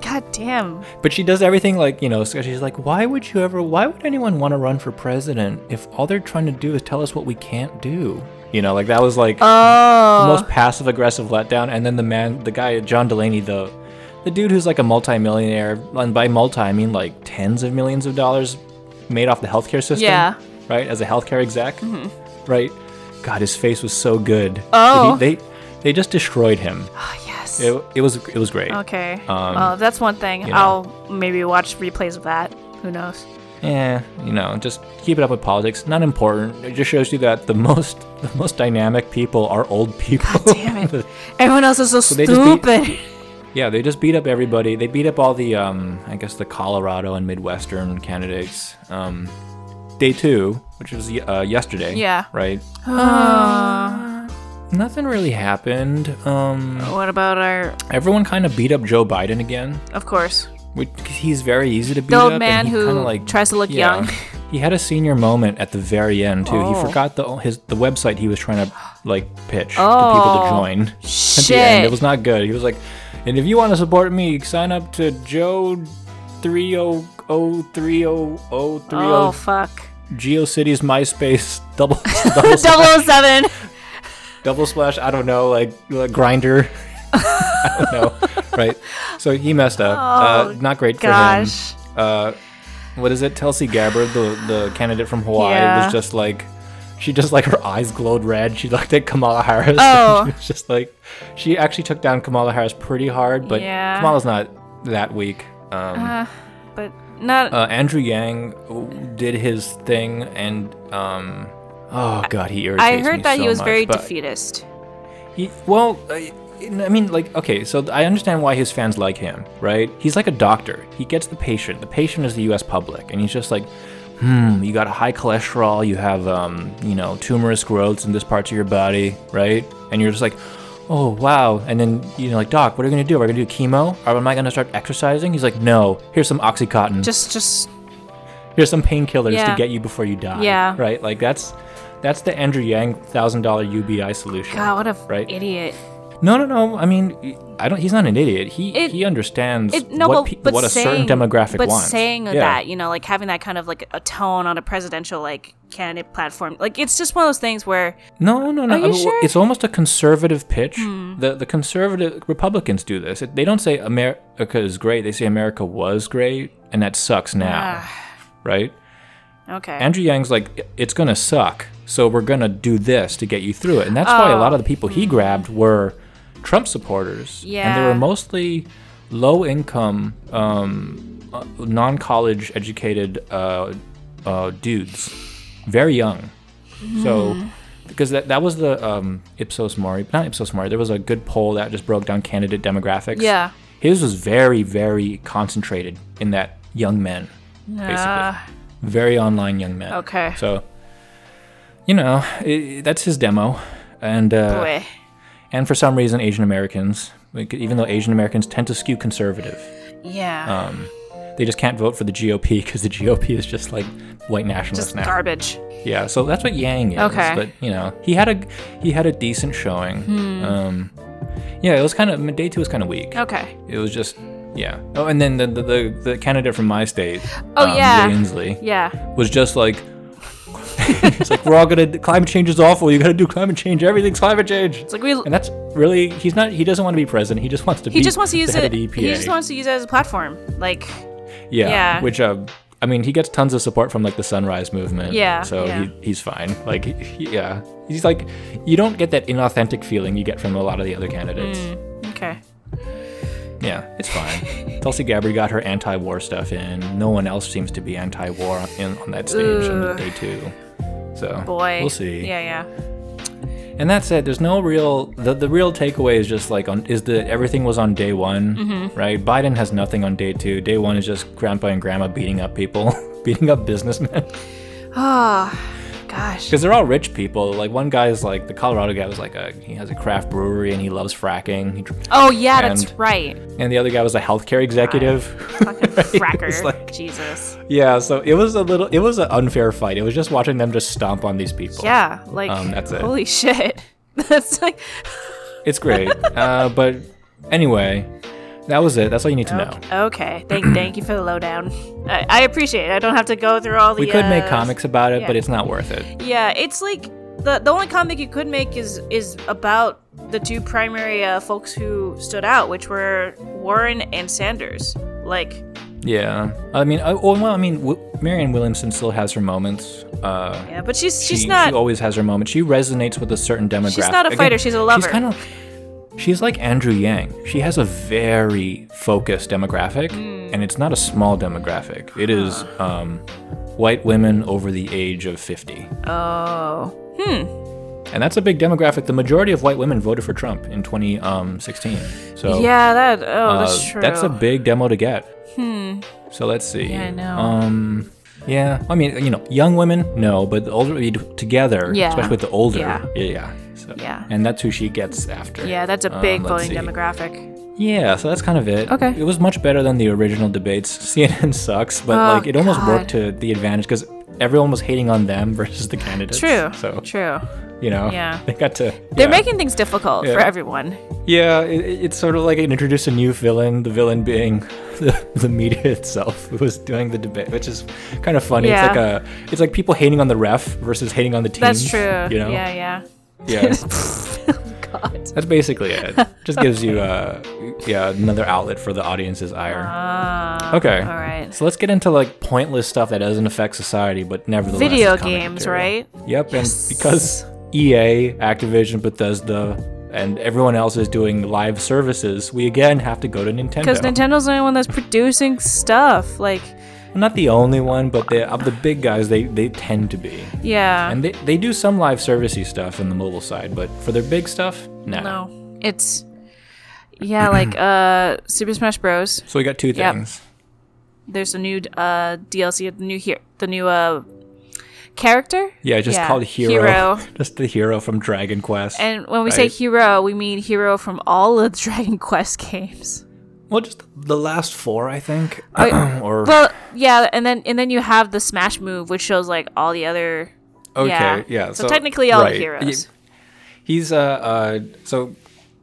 A: God damn.
B: But she does everything like you know. so She's like, why would you ever? Why would anyone want to run for president if all they're trying to do is tell us what we can't do? You know, like that was like
A: Oh.
B: the most passive aggressive letdown. And then the man, the guy, John Delaney, the the dude who's like a multimillionaire, and by multi I mean like tens of millions of dollars made off the healthcare system.
A: Yeah. Mm-hmm.
B: Right, as a healthcare exec. Right. God, his face was so good.
A: Oh.
B: They, they they just destroyed him.
A: Oh, yes.
B: It, it was it was great.
A: Okay.
B: Um,
A: well, that's one thing.
B: you know.
A: I'll maybe watch replays of that. Who knows?
B: eh, you know, just keep it up with politics. Not important. It just shows you that the most the most dynamic people are old people.
A: Damn it. Everyone else is so,
B: they just
A: stupid.
B: yeah, they just beat up everybody. They beat up all the um, I guess the Colorado and Midwestern candidates. Um, day two, which was ye- uh, yesterday.
A: Yeah.
B: Right.
A: Ah.
B: Nothing really happened. Um,
A: what about our.
B: everyone kind of beat up Joe Biden again.
A: Of course.
B: Which, 'cause he's very easy to beat
A: The
B: up,
A: old
B: and
A: man
B: he
A: who
B: kinda, like,
A: tries to look
B: yeah.
A: young.
B: He had a senior moment at the very end too. He
A: Oh.
B: forgot the his the website he was trying to like pitch to people to
A: Oh,
B: join. At the end,
A: Shit.
B: it was not good. He was like, "And if you want to support me, sign up to Joe three o o three o o three
A: oh,
B: o
A: fuck.
B: GeoCities MySpace double double, slash,
A: 007.
B: double slash I don't know like, like grinder. I don't know, right? So he messed up. uh, not great for him
A: Oh, Gosh.
B: uh, what is it? Tulsi Gabbard, the the candidate from Hawaii,
A: Yeah.
B: was just like, she just like her eyes glowed red. She looked at Kamala Harris.
A: Oh.
B: And she was just like, she actually took down Kamala Harris pretty hard, but
A: Yeah.
B: Kamala's not that weak. Um,
A: But not.
B: uh, Andrew Yang w- did his thing, and um, oh god, he irritates
A: I
B: me
A: heard that
B: so
A: he was
B: much,
A: very
B: but-
A: defeatist.
B: he, well, I, I mean, like, okay, so I understand why his fans like him, right? He's like a doctor. He gets the patient. The patient is the U.S. public, and he's just like, hmm, you got high cholesterol, you have, um, you know, tumorous growths in this part of your body, right? And you're just like, oh wow. And then you know, like, doc, what are you gonna do? Are we gonna do chemo? Or am I gonna start exercising? He's like, no. Here's some oxycontin.
A: Just, just.
B: Here's some painkillers to
A: Yeah.
B: get you before you die.
A: Yeah.
B: Right. Like that's. That's the Andrew Yang thousand dollar UBI solution.
A: God, what a
B: right?
A: idiot.
B: No, no, no. I mean, I don't. He's not an idiot. He
A: It-
B: he understands
A: It, no,
B: what
A: but,
B: pe-
A: but
B: what a certain
A: saying-
B: demographic
A: but
B: wants.
A: saying
B: Yeah.
A: that, you know, like having that kind of like a tone on a presidential like candidate platform, like it's just one of those things where
B: No, no, no.
A: Are you sure? Hmm.
B: It's almost a conservative pitch. The the conservative Republicans do this. It, they don't say America is great. They say America was great, and that sucks now,
A: Ah.
B: right?
A: okay,
B: Andrew Yang's like, it's gonna suck. So we're gonna do this to get you through it, and that's why a lot of the
A: Oh.
B: people he grabbed were Trump supporters, and they
A: Hmm. Yeah.
B: were mostly low income, um, non college educated uh, uh, dudes, very young. So.
A: Hmm.
B: Because that, that was the um, Ipsos Mori, not Ipsos Mori. There was a good poll that just broke down candidate demographics.
A: Yeah.
B: his was very very concentrated in that young men, basically
A: Uh,
B: very online young man.
A: Okay.
B: So, you know, i that's his demo, and uh,
A: boy.
B: and for some reason, Asian Americans, like, even though Asian Americans tend to skew conservative,
A: yeah,
B: Uh, they just can't vote for the GOP because the GOP is just like white nationalists
A: just
B: now.
A: garbage.
B: Yeah. So that's what Yang is.
A: Okay.
B: But you know, he had a he had a decent showing. Um, yeah, it was kind of day two was kind of weak.
A: Hmm. Okay,
B: It was just. Yeah. Oh, and then the, the, the, the candidate from um, my state,
A: Oh, yeah.
B: Ainsley,
A: yeah,
B: was just like, it's like we're all gonna climate change is awful. You gotta do climate change. Everything's climate change.
A: it's like we.
B: and that's really he's not. He doesn't want to be president. He just wants to.
A: He
B: be E
A: just wants to
B: the
A: use
B: head
A: it.
B: of the
A: He
B: EPA.
A: just wants to use it as a platform. Like,
B: yeah,
A: yeah.
B: Which um, I mean, he gets tons of support from like the Sunrise Movement.
A: Yeah,
B: So
A: yeah.
B: He, he's fine. Like he, yeah, he's like you don't get that inauthentic feeling you get from a lot of the other candidates.
A: Mm. okay,
B: Yeah, it's fine. Tulsi Gabbard got her anti-war stuff in. No one else seems to be anti-war in, on that stage on
A: Ugh.
B: day two. So
A: boy.
B: we'll see.
A: Yeah, yeah.
B: And that's it. There's no real the, the real takeaway is just like on is that everything was on day one,
A: Mm-hmm.
B: right? Biden has nothing on day two. Day one is just grandpa and grandma beating up people, beating up businessmen
A: Oh, gosh.
B: because they're all rich people. Like one guy is like the Colorado guy was like a he has a craft brewery and he loves fracking, he, dr-
A: Oh yeah, that's
B: And-
A: right.
B: and the other guy was a healthcare executive.
A: Fucking fracker.
B: It's like-
A: Jesus.
B: yeah, so it was a little it was an unfair fight. It was just watching them just stomp on these people.
A: Yeah, like
B: Um, that's it.
A: holy shit. That's like
B: it's great. uh, but anyway, that was it. That's all you need to know.
A: okay. Thank thank you for the lowdown. I, I appreciate it. I don't have to go through all the.
B: We could make
A: uh,
B: comics about it,
A: yeah.
B: but it's not worth it.
A: Yeah, it's like the the only comic you could make is is about the two primary uh, folks who stood out, which were Warren and Sanders. Like
B: Yeah, I mean, I, oh, well, I mean, w- Marianne Williamson still has her moments. Uh,
A: yeah, but she's
B: she,
A: she's not.
B: she always has her moment. She resonates with a certain demographic.
A: not a
B: Again,
A: fighter, she's a
B: She's
A: lover.
B: kind of. She's like Andrew Yang. She has a very focused demographic,
A: Mm.
B: and it's not a small demographic. It is um, white women over the age of 50.
A: oh.
B: And that's a big demographic. The majority of white women voted for Trump in 2016. So
A: Yeah, that. Oh,
B: Uh,
A: that's true.
B: a big demo to get. Hmm. So let's see.
A: I know.
B: Um, yeah. I mean, you know, young women, no, but the older you do- together,
A: Yeah.
B: especially with the older,
A: Yeah.
B: yeah, yeah. So,
A: Yeah.
B: And that's who she gets after.
A: yeah, that's a
B: Um,
A: big
B: let's
A: voting
B: see.
A: demographic.
B: Yeah. So that's kind of it.
A: Okay.
B: It was much better than the original debates. CNN sucks, but
A: Oh,
B: like it almost
A: God.
B: worked to the advantage because everyone was hating on them versus the candidates.
A: True.
B: So
A: True.
B: you know,
A: Yeah.
B: they got to.
A: They're
B: yeah.
A: making things difficult for
B: Yeah.
A: everyone.
B: Yeah, it, it- it's sort of like it introduced a new villain. The villain being the, the media itself, who was doing the debate, which is kind of funny.
A: Yeah.
B: It's like a, it's like people hating on the ref versus hating on the team.
A: That's true.
B: You know.
A: Yeah, yeah.
B: Yeah.
A: God.
B: That's basically it. Just gives you uh yeah, another outlet for the audience's ire.
A: Uh,
B: Okay.
A: All right.
B: So let's get into like pointless stuff that doesn't affect society, but nevertheless. is
A: Video
B: comic
A: games,
B: material. Yep,
A: Yes.
B: and because EA, Activision, Bethesda, and everyone else is doing live services, we again have to go to Nintendo.
A: Because Nintendo's the only one that's producing stuff. Like,
B: Not the only one, but they, of the big guys, they they tend to be.
A: yeah.
B: And they, they do some live servicey stuff in the mobile side, but for their big stuff, nah.
A: no. It's. Yeah, like uh Super Smash Bros.
B: So we got two
A: Yep.
B: things.
A: There's a new uh DLC, the new here, the new uh character.
B: Yeah, just called Hero.
A: Hero.
B: just the hero from Dragon Quest.
A: And when we say
B: Right.
A: hero, we mean hero from all of the Dragon Quest games.
B: well, just the last four, I think.
A: Wait,
B: or
A: Well, yeah, and then and then you have the smash move, which shows like all the other.
B: okay,
A: yeah.
B: yeah.
A: So technically all the
B: right.
A: heroes.
B: He's uh, uh so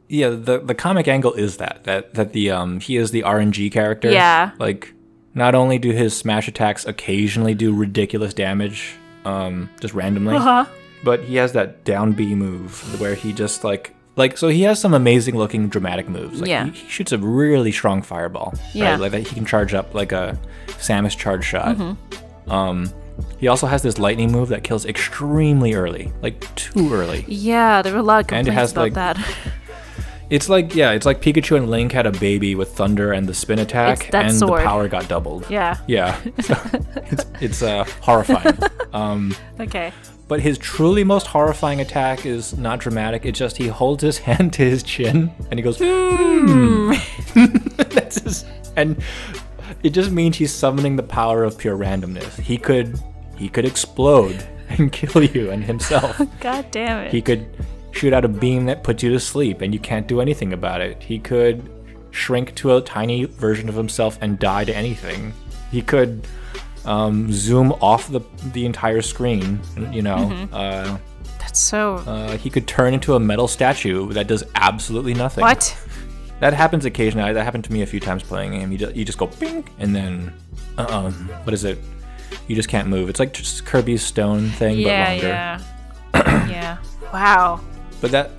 B: yeah, the the comic angle is that that that the um he is the RNG character.
A: Yeah.
B: Like not only do his smash attacks occasionally do ridiculous damage, um just randomly.
A: Huh?
B: but he has that down B move where he just like like so he has some amazing looking dramatic moves. Like
A: Yeah.
B: he, he shoots a really strong fireball.
A: Yeah.
B: Right? Like that he can charge up like a Samus charge shot.
A: Mm-hmm.
B: Um he also has this lightning move that kills extremely early, like too early.
A: Yeah, there were a lot of complaints
B: And it has,
A: about
B: like,
A: that.
B: It's like yeah, it's like Pikachu and Link had a baby with thunder and the spin attack,
A: It's that
B: and
A: sword.
B: the power got doubled.
A: Yeah.
B: Yeah, so it's, it's uh, horrifying.
A: Okay.
B: But his truly most horrifying attack is not dramatic. It's just he holds his hand to his chin and he goes, hmm. That's his, and it just means he's summoning the power of pure randomness. He could, he could explode and kill you and himself.
A: God damn it.
B: He could shoot out a beam that puts you to sleep and you can't do anything about it. He could shrink to a tiny version of himself and die to anything. He could um, zoom off the the entire screen. You know,
A: Mm-hmm.
B: uh,
A: That's so.
B: uh, he could turn into a metal statue that does absolutely nothing.
A: what?
B: That happens occasionally. That happened to me a few times playing him. You just, you just go bing, and then, uh, um, what is it? You just can't move. It's like just Kirby's stone thing, but
A: Yeah,
B: longer.
A: yeah. yeah. Wow.
B: But that,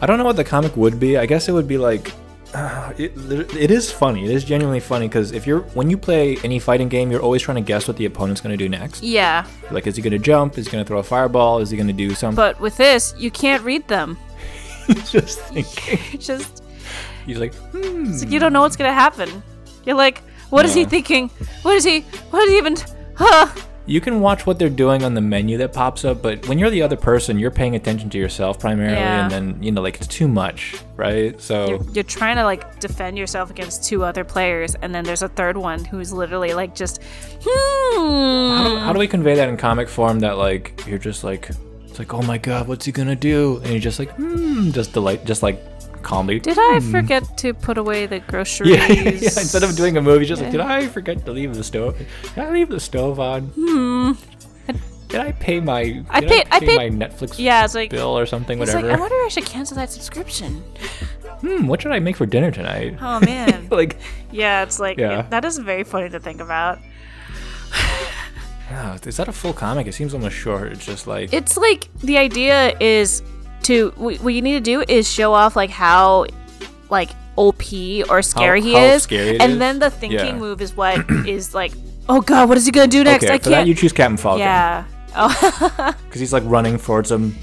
B: I don't know what the comic would be. I guess it would be like, uh, it, it is funny. It is genuinely funny because if you're when you play any fighting game, you're always trying to guess what the opponent's going to do next.
A: Yeah.
B: Like, is he going to jump? Is he going to throw a fireball? Is he going to do something?
A: But with this, you can't read them.
B: Just thinking.
A: It's just
B: He's like, hmm,
A: it's like you don't know what's gonna happen. You're like, what is he
B: Yeah.
A: thinking? What is he? What is he even? Huh?
B: you can watch what they're doing on the menu that pops up, but when you're the other person, you're paying attention to yourself primarily,
A: Yeah.
B: and then you know, like it's too much, right? So
A: You're, you're trying to like defend yourself against two other players, and then there's a third one who's literally like just,
B: how
A: hmm.
B: do, how do we convey that in comic form that like you're just like it's like oh my god what's he gonna do and you're just like hmm just delight just like calmly
A: Did I forget to put away the groceries?
B: Hmm. yeah, yeah, instead of doing a movie just like did i forget to leave the stove did i leave the stove on hmm did i pay my did i
A: paid- I
B: pay
A: paid-
B: my netflix
A: Yeah, it's like.
B: bill or something
A: It's
B: whatever
A: like I wonder if I should cancel that subscription.
B: hmm what should i make for dinner tonight
A: Oh man.
B: like
A: yeah, it's like
B: Yeah.
A: that is very funny to think about.
B: yeah, is that a full comic it seems almost short it's just like
A: it's like the idea is to wh- what you need to do is show off like how like op or scary he
B: how
A: is
B: scary it
A: and
B: is?
A: then the thinking
B: Yeah.
A: move is what is like oh god what is he gonna do next
B: okay
A: i
B: for that
A: can't
B: you choose captain falcon
A: yeah oh,
B: because he's like running towards him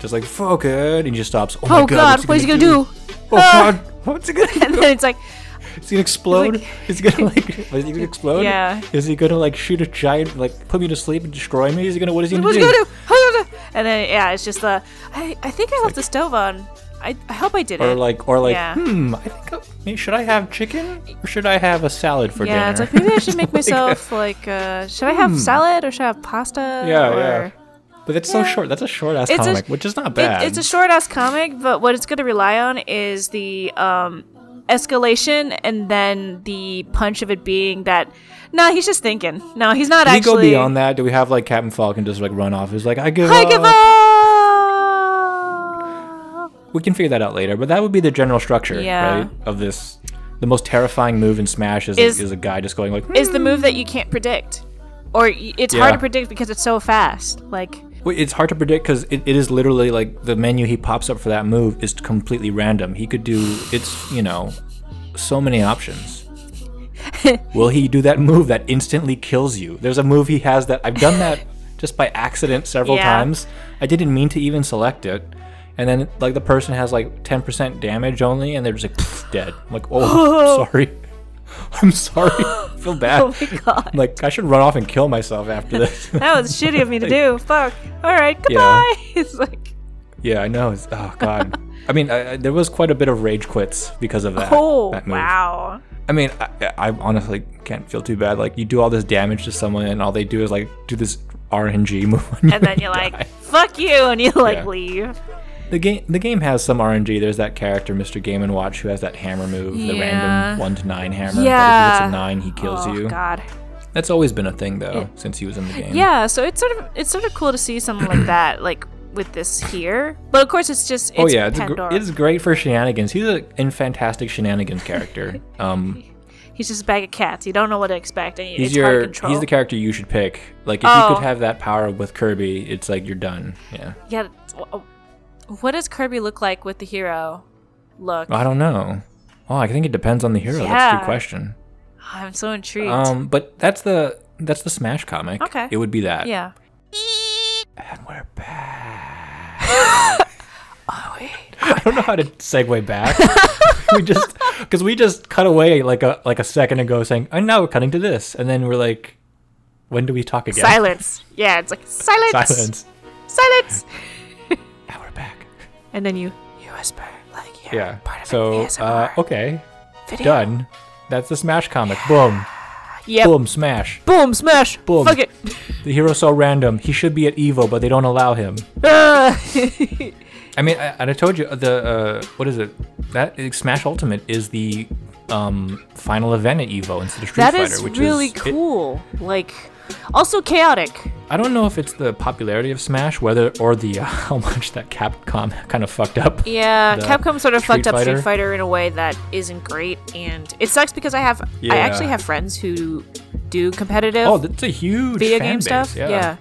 B: just like fuck it and he just stops oh, my
A: oh god what is he gonna do,
B: Oh
A: Ah!
B: god, what's he gonna?
A: and then it's like
B: Is he gonna explode? is he gonna like? Is he gonna explode?
A: Yeah.
B: Is he gonna like shoot a giant like put me to sleep and destroy me? Is he gonna? What is he gonna
A: what's he
B: do?
A: gonna do How's he gonna do? and then yeah it's just the i, I think i left the stove on I, I hope i did
B: Or
A: it
B: like, or like,
A: Yeah.
B: hmm. I think uh, maybe should I have chicken or should I have a salad for
A: yeah, it's
B: dinner?
A: like maybe I should make myself like uh should I
B: Hmm.
A: have salad or should I have pasta?
B: Yeah,
A: or...
B: yeah. but that's so short. That's a short ass
A: It's a-
B: comic, which is not
A: It-
B: bad.
A: it's a short ass comic, but what it's going to rely on is the um, escalation and then the punch of it being that
D: No, he's just thinking. No, he's not
B: Do we
D: actually.
B: go beyond that? Uh, Do we have like Captain Falcon just like run off? He's like, I give
D: I
B: up.
D: give
A: uh,
D: up.
B: We can figure that out later, but that would be the general structure,
D: Yeah.
B: right? Of this, the most terrifying move in Smash is
A: Is-
B: is, a guy just going like,
A: is the move
D: Hmm.
A: that you can't predict,
D: Or y- it's hard
B: Yeah.
D: to predict because it's so fast. Like
B: Wait, it's hard to predict because it, it is literally like the menu he pops up for that move is completely random. He could do it's you know so many options. Will he do that move that instantly kills you? There's a move he has that I've done that just by accident several
A: Yeah.
B: times. I didn't mean to even select it. And then like the person has like 10% damage only and they're just like "Pff, dead. I'm like, "Oh, sorry. I'm sorry. I feel bad."
D: oh my god,
B: I'm like I should run off and kill myself after this.
D: that was shitty of me to do. Fuck. All right,
B: Yeah.
D: goodbye. It's like
B: Yeah, I know. It's, oh God. I mean, I, I- there was quite a bit of rage quits because of that.
D: oh
B: that move.
D: wow.
B: I mean, I, I honestly can't feel too bad. Like you do all this damage to someone, and all they do is like do this RNG move. on you
D: And then you're
B: die.
D: like, fuck you, and you like
B: Yeah.
D: leave.
B: the game. The game has some RNG. There's that character, Mr. Game and Watch, who has that hammer move, the
D: Yeah.
B: random one to nine hammer. But if he
D: Yeah.
B: hits a nine, he kills
D: oh
B: you.
D: god.
B: That's always been a thing though since he was in the game.
A: yeah. So it's sort of it's sort of cool to see something like that, like with this here. But of course, it's just it's
B: Oh yeah, it's, gr-
A: Pandora.
B: it's great for shenanigans. He's a in fantastic shenanigans character. Um,
D: He's just a bag of cats. You don't know what to expect, and it's hard
B: He's
D: to
B: your
D: control.
B: he's the character you should pick. Like if you
D: Oh.
B: could have that power with Kirby, it's like you're done. Yeah.
D: yeah. w- What does Kirby look like with the hero? Look,
B: I don't know. Oh, I think it depends on the hero. That's a good
D: Yeah.
B: question.
D: I'm so intrigued.
B: Um, but that's the that's the Smash comic.
D: Okay.
B: It would be
A: Uh,
B: that.
D: yeah.
B: And we're back. I don't know how to segue back. we just because we just cut away like a like a second ago saying, and now we're cutting to this, and then we're like, when do we talk again?
A: silence. Yeah, it's like silence.
B: Silence.
A: Silence.
B: Now we're back.
D: And then you.
A: You whisper like you're
B: Yeah.
A: part of
B: So
A: an
B: uh,
A: ASMR
B: okay.
A: video.
B: done. That's the Smash comic. Boom.
D: Yep.
B: Boom, Smash.
D: Boom! Smash!
B: Boom.
D: Fuck it!
B: The hero's so random. He should be at Evo, but they don't allow him.
D: Ah.
B: I mean, I, and I told you uh, the uh, what is it? That uh, Smash Ultimate is the um, final event at Evo instead of Street
A: That
B: Fighter,
A: is
B: which
A: really
B: is it-
A: cool. like
D: also chaotic.
B: I don't know if it's the popularity of Smash, whether or the uh, how much that Capcom kind of fucked up.
A: yeah,
B: the
A: Capcom sort of
B: Street
A: fucked up
B: Fighter.
A: Street Fighter in a way that isn't great, and it sucks because I have
B: Yeah.
A: I actually have friends who do competitive
B: Oh, that's a huge
A: video
B: fan
A: game
B: base,
A: stuff. Yeah,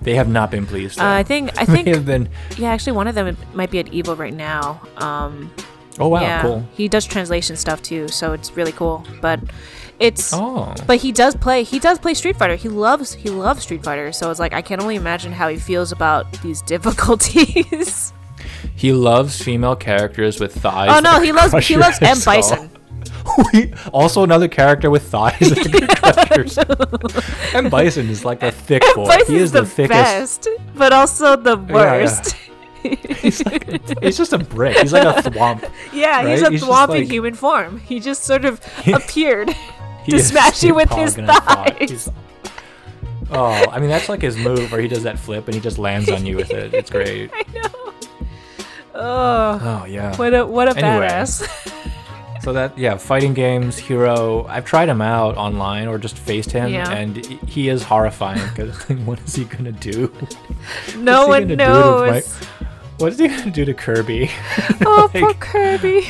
B: they have not been pleased.
A: Uh,
B: though.
A: I think I
B: they
A: think
B: have been.
A: yeah, actually one of them might be at Evo right now. Um,
B: Oh wow,
A: yeah,
B: cool.
A: he does translation stuff too, so it's really cool. But it's
B: Oh,
A: but he does play he does play Street Fighter. He loves he loves Street Fighter. So it's like I can only imagine how he feels about these difficulties.
B: he loves female characters with thighs.
A: oh no,
B: that
A: he loves
B: crush
A: he
B: your
A: loves M
B: skull.
A: Bison.
B: We- also another character with thighs that could crush yours. and Bison is like the thick boy. he
A: Bison's
B: is the,
A: the,
B: thickest.
A: best, but also the
B: yeah.
A: worst.
B: He's like he's just a brick. He's like a thwomp.
A: Yeah, he's
B: Right?
A: a
B: He's just
A: thwomp
B: like-
A: in human form. He just sort of appeared.
B: He
A: To
B: is
A: smash you
B: a
A: with
B: pog
A: his
B: in a thigh. He's- Oh, I mean that's like his move where he does that flip and he just lands on you with it. It's great.
A: I know. Oh,
B: Oh yeah.
A: what a what a
B: Anyway.
A: badass.
B: So that yeah, fighting games, hero. I've tried him out online or just faced him,
A: Yeah.
B: and he- he is horrifying because what is he gonna do?
A: No
B: What's he
A: one
B: gonna do to
A: knows.
B: Mike- What is he gonna do to Kirby?
A: Oh,
B: Like-
A: poor Kirby.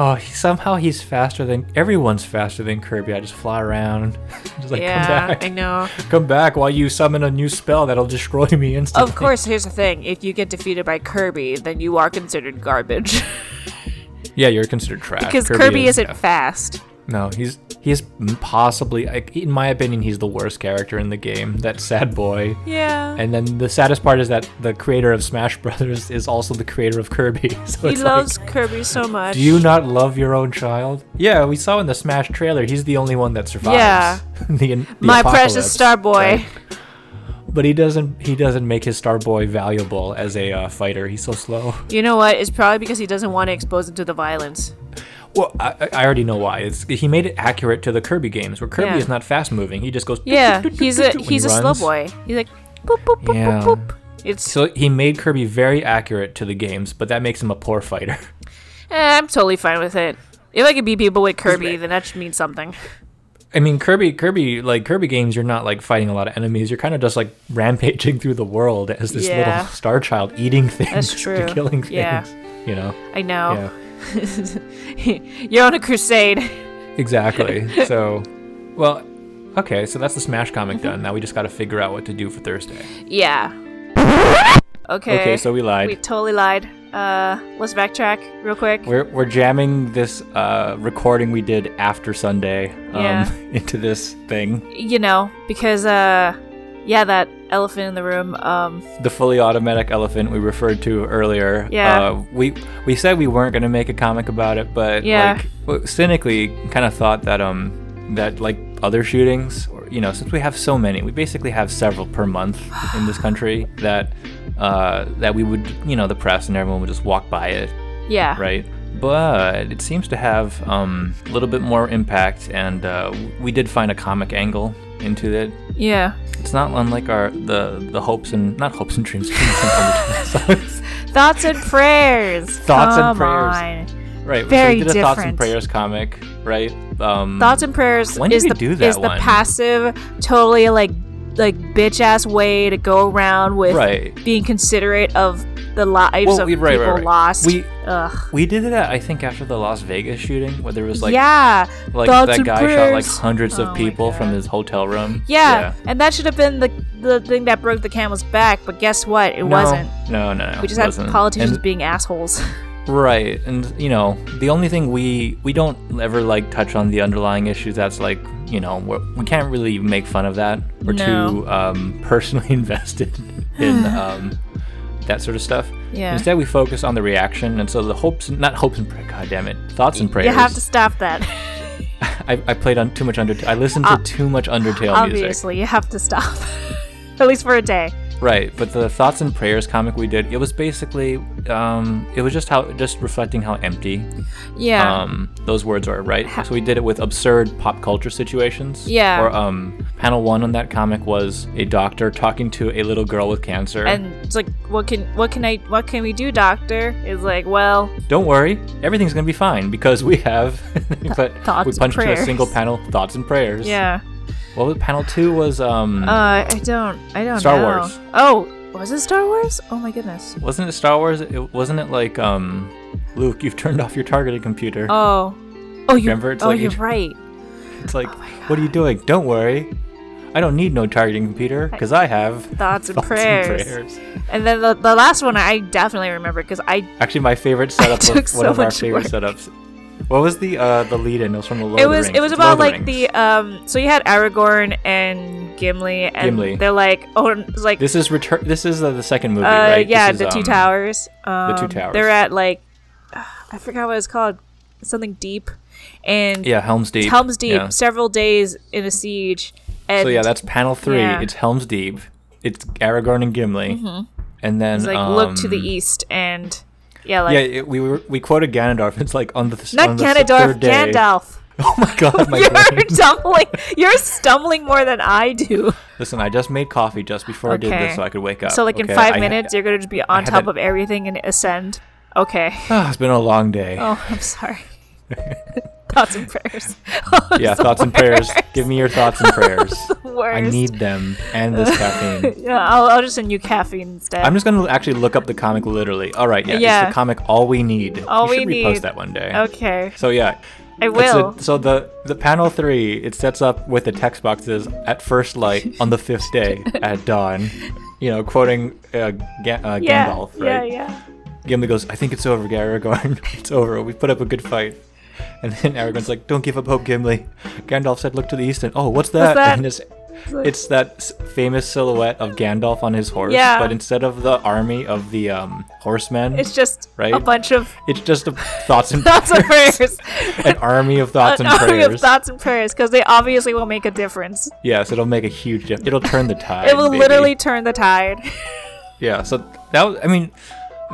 B: Oh, he, somehow he's faster than everyone's faster than Kirby. I just fly around, just like
A: Yeah, I
B: come back,
A: know.
B: come back while you summon a new spell that'll destroy me instantly.
A: Of course, here's the thing: if you get defeated by Kirby, then you are considered garbage
B: Yeah, you're considered trash
A: because Kirby, isn't
B: yeah.
A: fast.
B: No, he's he's possibly, like, in my opinion, he's the worst character in the game. That sad boy.
A: Yeah,
B: And then the saddest part is that the creator of Smash Brothers is also the creator of Kirby. So
A: he
B: it's
A: loves
B: Like,
A: Kirby so much.
B: do you not love your own child? Yeah, we saw in the Smash trailer, he's the only one that survives.
A: Yeah.
B: the, the
A: My
B: apocalypse,
A: precious star boy.
B: right? But he doesn't. He doesn't make his star boy valuable as a uh, fighter. He's so slow.
A: You know what? It's probably because he doesn't want to expose him to the violence.
B: Well, I, I already know why. It's he made it accurate to the Kirby games, where Kirby
A: Yeah.
B: is not fast moving. He just goes.
A: Yeah,
B: "Doo, doo, doo,
A: he's
B: doo,
A: a
B: doo," when he
A: he's a slow
B: runs.
A: boy. He's like boop boop boop
B: Yeah.
A: boop boop. It's
B: So he made Kirby very accurate to the games, but that makes him a poor fighter.
A: eh, I'm totally fine with it. If I could beat people with Kirby, then that should mean something.
B: I mean, Kirby, Kirby, like Kirby games, you're not like fighting a lot of enemies. You're kind of just like rampaging through the world as this
A: Yeah.
B: little star child, eating things,
A: true.
B: killing things.
A: Yeah. Oh.
B: You know.
A: I know.
B: Yeah.
A: You're on a crusade.
B: Exactly. so, well, okay. So that's the Smash comic done. Now we just got to figure out what to do for Thursday.
A: Yeah. Okay.
B: Okay. So we lied.
A: Eh, we totally lied. Uh, let's backtrack real quick.
B: We're, we're jamming this uh, recording we did after Sunday um,
A: Yeah.
B: into this thing.
A: you know, because uh, yeah, that elephant in the room. Um,
B: The fully automatic elephant we referred to earlier.
A: Yeah.
B: Uh, we we said we weren't going to make a comic about it, but
A: Yeah.
B: like w- cynically kind of thought that um that like other shootings, or, you know, since we have so many, we basically have several per month in this country that uh, that we would you know the press and everyone would just walk by it
A: yeah.
B: right? But it seems to have um, a little bit more impact, and uh, we did find a comic angle into it.
A: Yeah.
B: It's not unlike our the the hopes and not hopes and dreams, thoughts
A: Thoughts and prayers.
B: and
A: Come
B: prayers,
A: on.
B: right?
A: Very
B: so we did a thoughts and
A: different.
B: prayers comic, right? Um,
A: Thoughts and prayers
B: When did
A: is
B: we
A: the
B: do that
A: is the
B: one?
A: passive, totally like like bitch ass way to go around with
B: right.
A: being considerate of the lives
B: Well,
A: of
B: we- right, right,
A: people
B: right.
A: lost.
B: We
A: Ugh.
B: we did it at, I think after the Las Vegas shooting, where there was like
A: yeah.
B: like
A: thoughts
B: that
A: and
B: guy shot like
A: prayers.
B: hundreds
A: Oh
B: of
A: my
B: people from
A: God.
B: his hotel room.
A: yeah, and that should have been the the thing that broke the camel's back. But guess what? It
B: No,
A: wasn't.
B: No, no, no.
A: We just
B: it
A: had
B: wasn't.
A: politicians
B: And-
A: being assholes.
B: Right, and you know, the only thing we we don't ever like touch on the underlying issues. That's like you know we're, we can't really make fun of that. We're
A: No.
B: too um, personally invested in um, that sort of stuff.
A: Yeah.
B: Instead, we focus on the reaction, and so the hopes, not hopes and prayers. God damn it, thoughts and prayers.
A: You have to stop that.
B: I, I played on too much Undertale. I listened to too much Undertale music.
A: Uh, Obviously, you have to stop. At least for a day.
B: Right, but the thoughts and prayers comic we did, it was basically, um, it was just how just reflecting how empty
A: Yeah.
B: um, those words are, right? So we did it with absurd pop culture situations.
A: Yeah.
B: Or um, panel one on that comic was a doctor talking to a little girl with cancer.
A: and it's like, what can what can I what can we do, doctor? It's like, well,
B: Don't worry, everything's gonna be fine because we have. but
A: Thoughts
B: we
A: and
B: punched into a
A: prayers.
B: single panel thoughts and prayers.
A: yeah.
B: What was panel two was um.
A: Uh, I don't I don't
B: Star
A: know.
B: Wars.
A: Oh, was it Star Wars? Oh my goodness.
B: wasn't it Star Wars? It, wasn't it like um, Luke, you've turned off your targeting computer.
A: Oh. Oh, you.
B: Remember, it's
A: oh,
B: like-
A: you're right.
B: it's like,
A: oh
B: what are you doing? Don't worry. I don't need no targeting computer because I have
A: Thoughts and
B: thoughts
A: prayers.
B: and prayers.
A: And then the, the last one I definitely remember because I
B: Actually, my favorite setup
A: took
B: was one
A: so
B: of our
A: much
B: favorite setups. What was the uh, the lead in? It was from the Lord
A: it
B: of the
A: was
B: Rings.
A: it was
B: It's
A: about
B: Lord of
A: like
B: Rings.
A: the um so you had Aragorn and Gimli and
B: Gimli.
A: they're like oh it's like
B: This is return. This is uh, the second movie,
A: Uh,
B: right?
A: yeah,
B: This
A: the
B: is,
A: two
B: um,
A: towers. Um,
B: two towers.
A: They're at like, I forgot what it's called, something deep, and
B: Yeah, Helm's Deep.
A: Helm's Deep.
B: Yeah.
A: Several days in a siege, and
B: So yeah, that's panel three.
A: Yeah. Mm-hmm.
B: It's Helm's Deep. It's Aragorn and Gimli, and then
A: it's like look to the e-, east and yeah, like
B: um, Yeah, it, we were, we quoted Ganondorf. It's like on the
A: not
B: on the
A: Ganondorf,
B: third day.
A: Gandalf.
B: Oh my god, my
A: You're
B: brain.
A: tumbling. You're stumbling more than I do.
B: Listen, I just made coffee just before I did
A: Okay.
B: this, so I could wake up.
A: So like in
B: okay?
A: five
B: I-
A: minutes, you're gonna just be on
B: had
A: top
B: that-
A: of everything and ascend. Okay.
B: Ah, it's been a long day.
A: Oh, I'm sorry. thoughts and prayers.
B: yeah, thoughts and prayers. Give me your thoughts and prayers. I
A: Worst.
B: need them and this caffeine.
A: Yeah, I'll, I'll just send you caffeine instead.
B: I'm just gonna actually look up the comic literally. All right, yeah, it's
A: Yeah.
B: the comic all we need.
A: All
B: you should
A: We
B: repost
A: Need.
B: that one day.
A: okay.
B: So yeah,
A: I
B: it's a-
A: will.
B: so the the panel three it sets up with the text boxes at first light on the fifth day at dawn. You know, quoting uh, Ga- uh,
A: yeah,
B: Gandalf,
A: yeah,
B: right?
A: yeah.
B: Gimli goes, "I think it's over, Aragorn. it's over. We put up a good fight." And then Aragorn's like, "Don't give up hope, Gimli." Gandalf said, "Look to the east." And oh, what's that?
A: that?
B: And it's, it's that s- famous silhouette of Gandalf on his horse,
A: Yeah.
B: but instead of the army of the um, horsemen,
A: It's just a
B: Right?
A: bunch of
B: it's just a thoughts and
A: thoughts and prayers.
B: an army of thoughts
A: An
B: and
A: army
B: prayers.
A: of thoughts and prayers, because they obviously will make a difference.
B: yes, it'll make a huge difference. It'll turn the tide.
A: It will
B: baby.
A: literally turn the tide.
B: Yeah. So that was, I mean,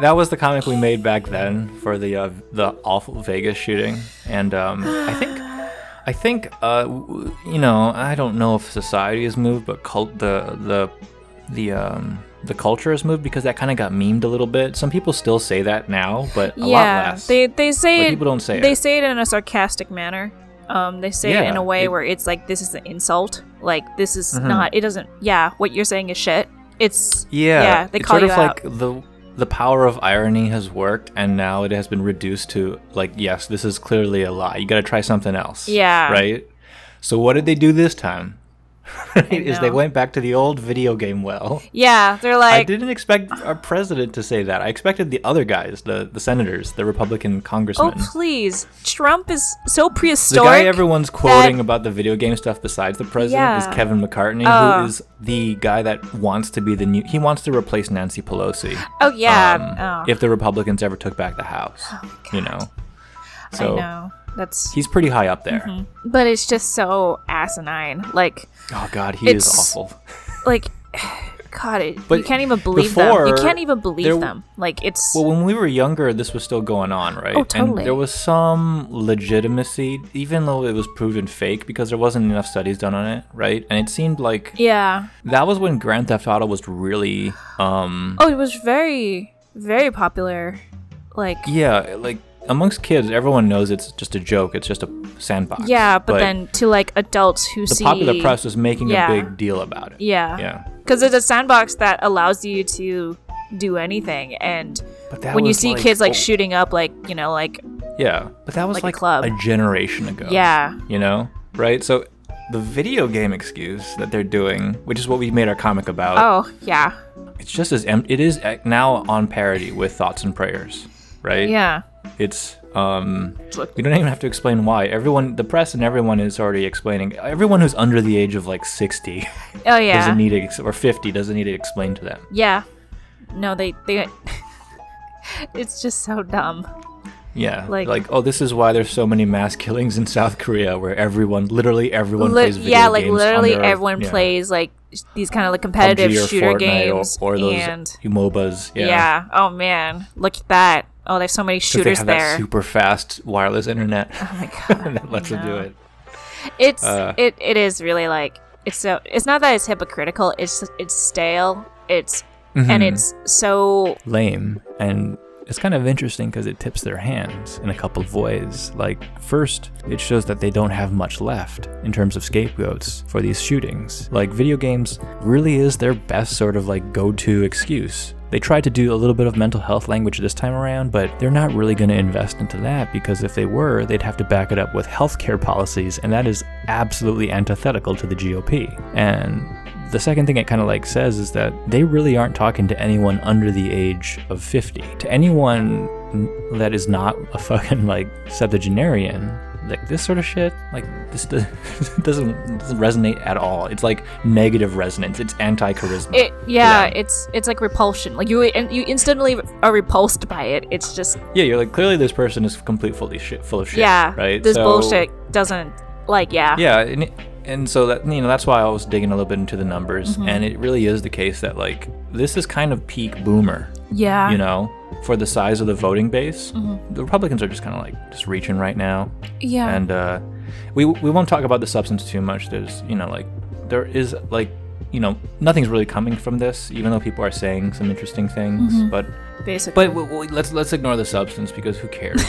B: that was the comic we made back then for the uh, the awful Vegas shooting, and um, I think. I think, uh, w- you know, I don't know if society has moved, but cult the the the um, the culture has moved because that kind of got memed a little bit. Some people still say that now, but a lot
A: yeah,
B: less.
A: they they say
B: Like,
A: it.
B: people don't say
A: they
B: it.
A: say it in a sarcastic manner. Um, they say it in
B: Yeah,
A: a way
B: it- Mm-hmm.
A: where it's like this is an insult. Like this is not. It doesn't. Yeah, what you're saying is shit. It's
B: Yeah,
A: Yeah, they
B: it's
A: call
B: sort
A: you
B: of
A: out.
B: like the the power of irony has worked, and now it has been reduced to like, yes, this is clearly a lie. You got to try something else.
A: Yeah.
B: Right. So what did they do this time? Is they
A: know.
B: went back to the old video game well.
A: yeah. They're
B: I
A: like
B: didn't expect our president to say that. I expected the other guys, the, the senators, the Republican
A: Oh
B: congressmen.
A: please! Trump is so
B: the guy
A: prehistoric.
B: everyone's quoting about the video game stuff besides the president is
A: Yeah. Oh.
B: Kevin McCartney, who is the guy that wants to be the new. He wants to replace Nancy Pelosi.
A: oh yeah.
B: um,
A: oh,
B: If the Republicans ever took back the House, you know.
A: I
B: So
A: know. Mm-hmm. That's.
B: he's pretty high up there.
A: But it's just so asinine. Like,
B: Oh God, he is
A: It's-
B: awful.
A: like. God, it, you
B: But
A: can't even believe them.
B: before,
A: You can't even believe
B: there-
A: them. Like it's
B: Well, when we were younger, this was still going on, right?
A: Oh, totally.
B: And there was some legitimacy, even though it was proven fake, because there wasn't enough studies done on it, right? And it seemed like
A: yeah.
B: that was when Grand Theft Auto was really, um,
A: Oh, it was very, very popular. Like
B: yeah, like amongst kids, everyone knows it's just a joke, it's just a sandbox.
A: yeah, but, then to like adults who
B: the
A: see
B: popular press was making
A: yeah.
B: a big deal about it.
A: Yeah.
B: Yeah.
A: Because it's a sandbox that allows you to do anything, and
B: But that
A: when you
B: was,
A: see kids like
B: oh,
A: shooting up, like you know, like
B: Yeah, but that was
A: like
B: like,
A: a club.
B: a generation ago.
A: Yeah.
B: you know, right? So the video game excuse that they're doing, which is what we made our comic about,
A: oh yeah,
B: it's just as em- it is ac- now on parody with thoughts and prayers, right?
A: yeah,
B: it's um, we don't even have to explain why. Everyone, the press and everyone is already explaining. Everyone who's under the age of like sixty
A: oh yeah,
B: doesn't need to ex- or fifty doesn't need to explain to them.
A: yeah. No, they they. it's just so dumb.
B: Yeah,
A: Like-
B: like, oh, this is why there's so many mass killings in South Korea, where everyone, literally everyone,
A: Li-
B: plays video
A: yeah, like
B: games on
A: literally
B: their own-
A: everyone
B: yeah.
A: plays like sh- these kind of like
B: PUBG
A: competitive
B: or
A: shooter
B: Fortnite
A: games
B: or, or those
A: and
B: MOBAs. Yeah.
A: yeah. Oh man, look at that. Oh, there's so many
B: 'Cause they
A: shooters
B: have
A: there.
B: that super fast wireless internet
A: oh my god.
B: that lets them do it.
A: it's
B: Uh,
A: it it is really like it's so it's not that it's hypocritical it's it's stale it's
B: Mm-hmm.
A: and it's so
B: Lame. And it's kind of interesting because it tips their hands in a couple of ways. Like, first, it shows that they don't have much left in terms of scapegoats for these shootings. Like, video games really is their best sort of like go to excuse. They tried to do a little bit of mental health language this time around, but they're not really going to invest into that because if they were, they'd have to back it up with healthcare policies, and that is absolutely antithetical to the GOP. And the second thing it kind of like says is that they really aren't talking to anyone under the age of 50. To anyone n- that is not a fucking like septuagenarian, like this sort of shit, like this do- doesn't doesn't resonate at all. It's like negative resonance. It's anti-charisma.
A: it yeah
B: Yeah.
A: it's it's like repulsion like you and you instantly are repulsed by it it's just
B: Yeah, you're like clearly this person is completely shit, full of shit.
A: yeah
B: right.
A: this
B: So-
A: bullshit doesn't like yeah
B: Yeah, and and so that you know that's why I was digging a little bit into the numbers,
A: Mm-hmm.
B: and it really is the case that like this is kind of peak boomer,
A: yeah Mm-hmm.
B: you know, for the size of the voting base. The Republicans are just kind of like just reaching right now,
A: yeah
B: and uh, we we won't talk about the substance too much. There's you know like there is like you know nothing's really coming from this, even though people are saying some interesting things,
A: Mm-hmm.
B: but.
A: basically
B: But w- w- let's let's ignore the substance because who cares,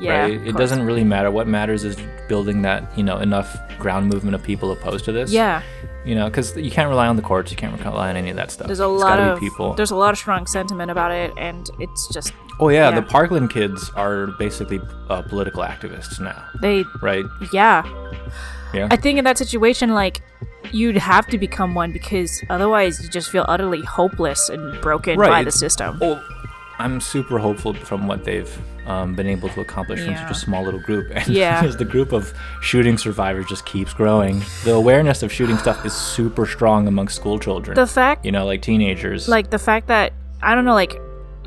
A: yeah
B: right?
A: of
B: It
A: course.
B: doesn't really matter. What matters is building that you know enough ground movement of people opposed to this.
A: yeah
B: you know, because you can't rely on the courts, you can't rely on any of that stuff.
A: there's a
B: It's
A: lot
B: gotta
A: of
B: be people.
A: there's a lot of strong sentiment about it and it's just
B: oh yeah, the
A: yeah.
B: Parkland kids are basically uh, political activists now,
A: they
B: right?
A: yeah
B: Yeah.
A: I think in that situation, like, you'd have to become one because otherwise you just feel utterly hopeless and broken
B: Right,
A: by the
B: it's-
A: system.
B: Oh, I'm super hopeful from what they've um, been able to accomplish from
A: Yeah.
B: such a small little group. And
A: Yeah.
B: as the group of shooting survivors just keeps growing, the awareness of shooting stuff is super strong amongst school children.
A: The fact,
B: you know, like teenagers.
A: like, the fact that, I don't know, like,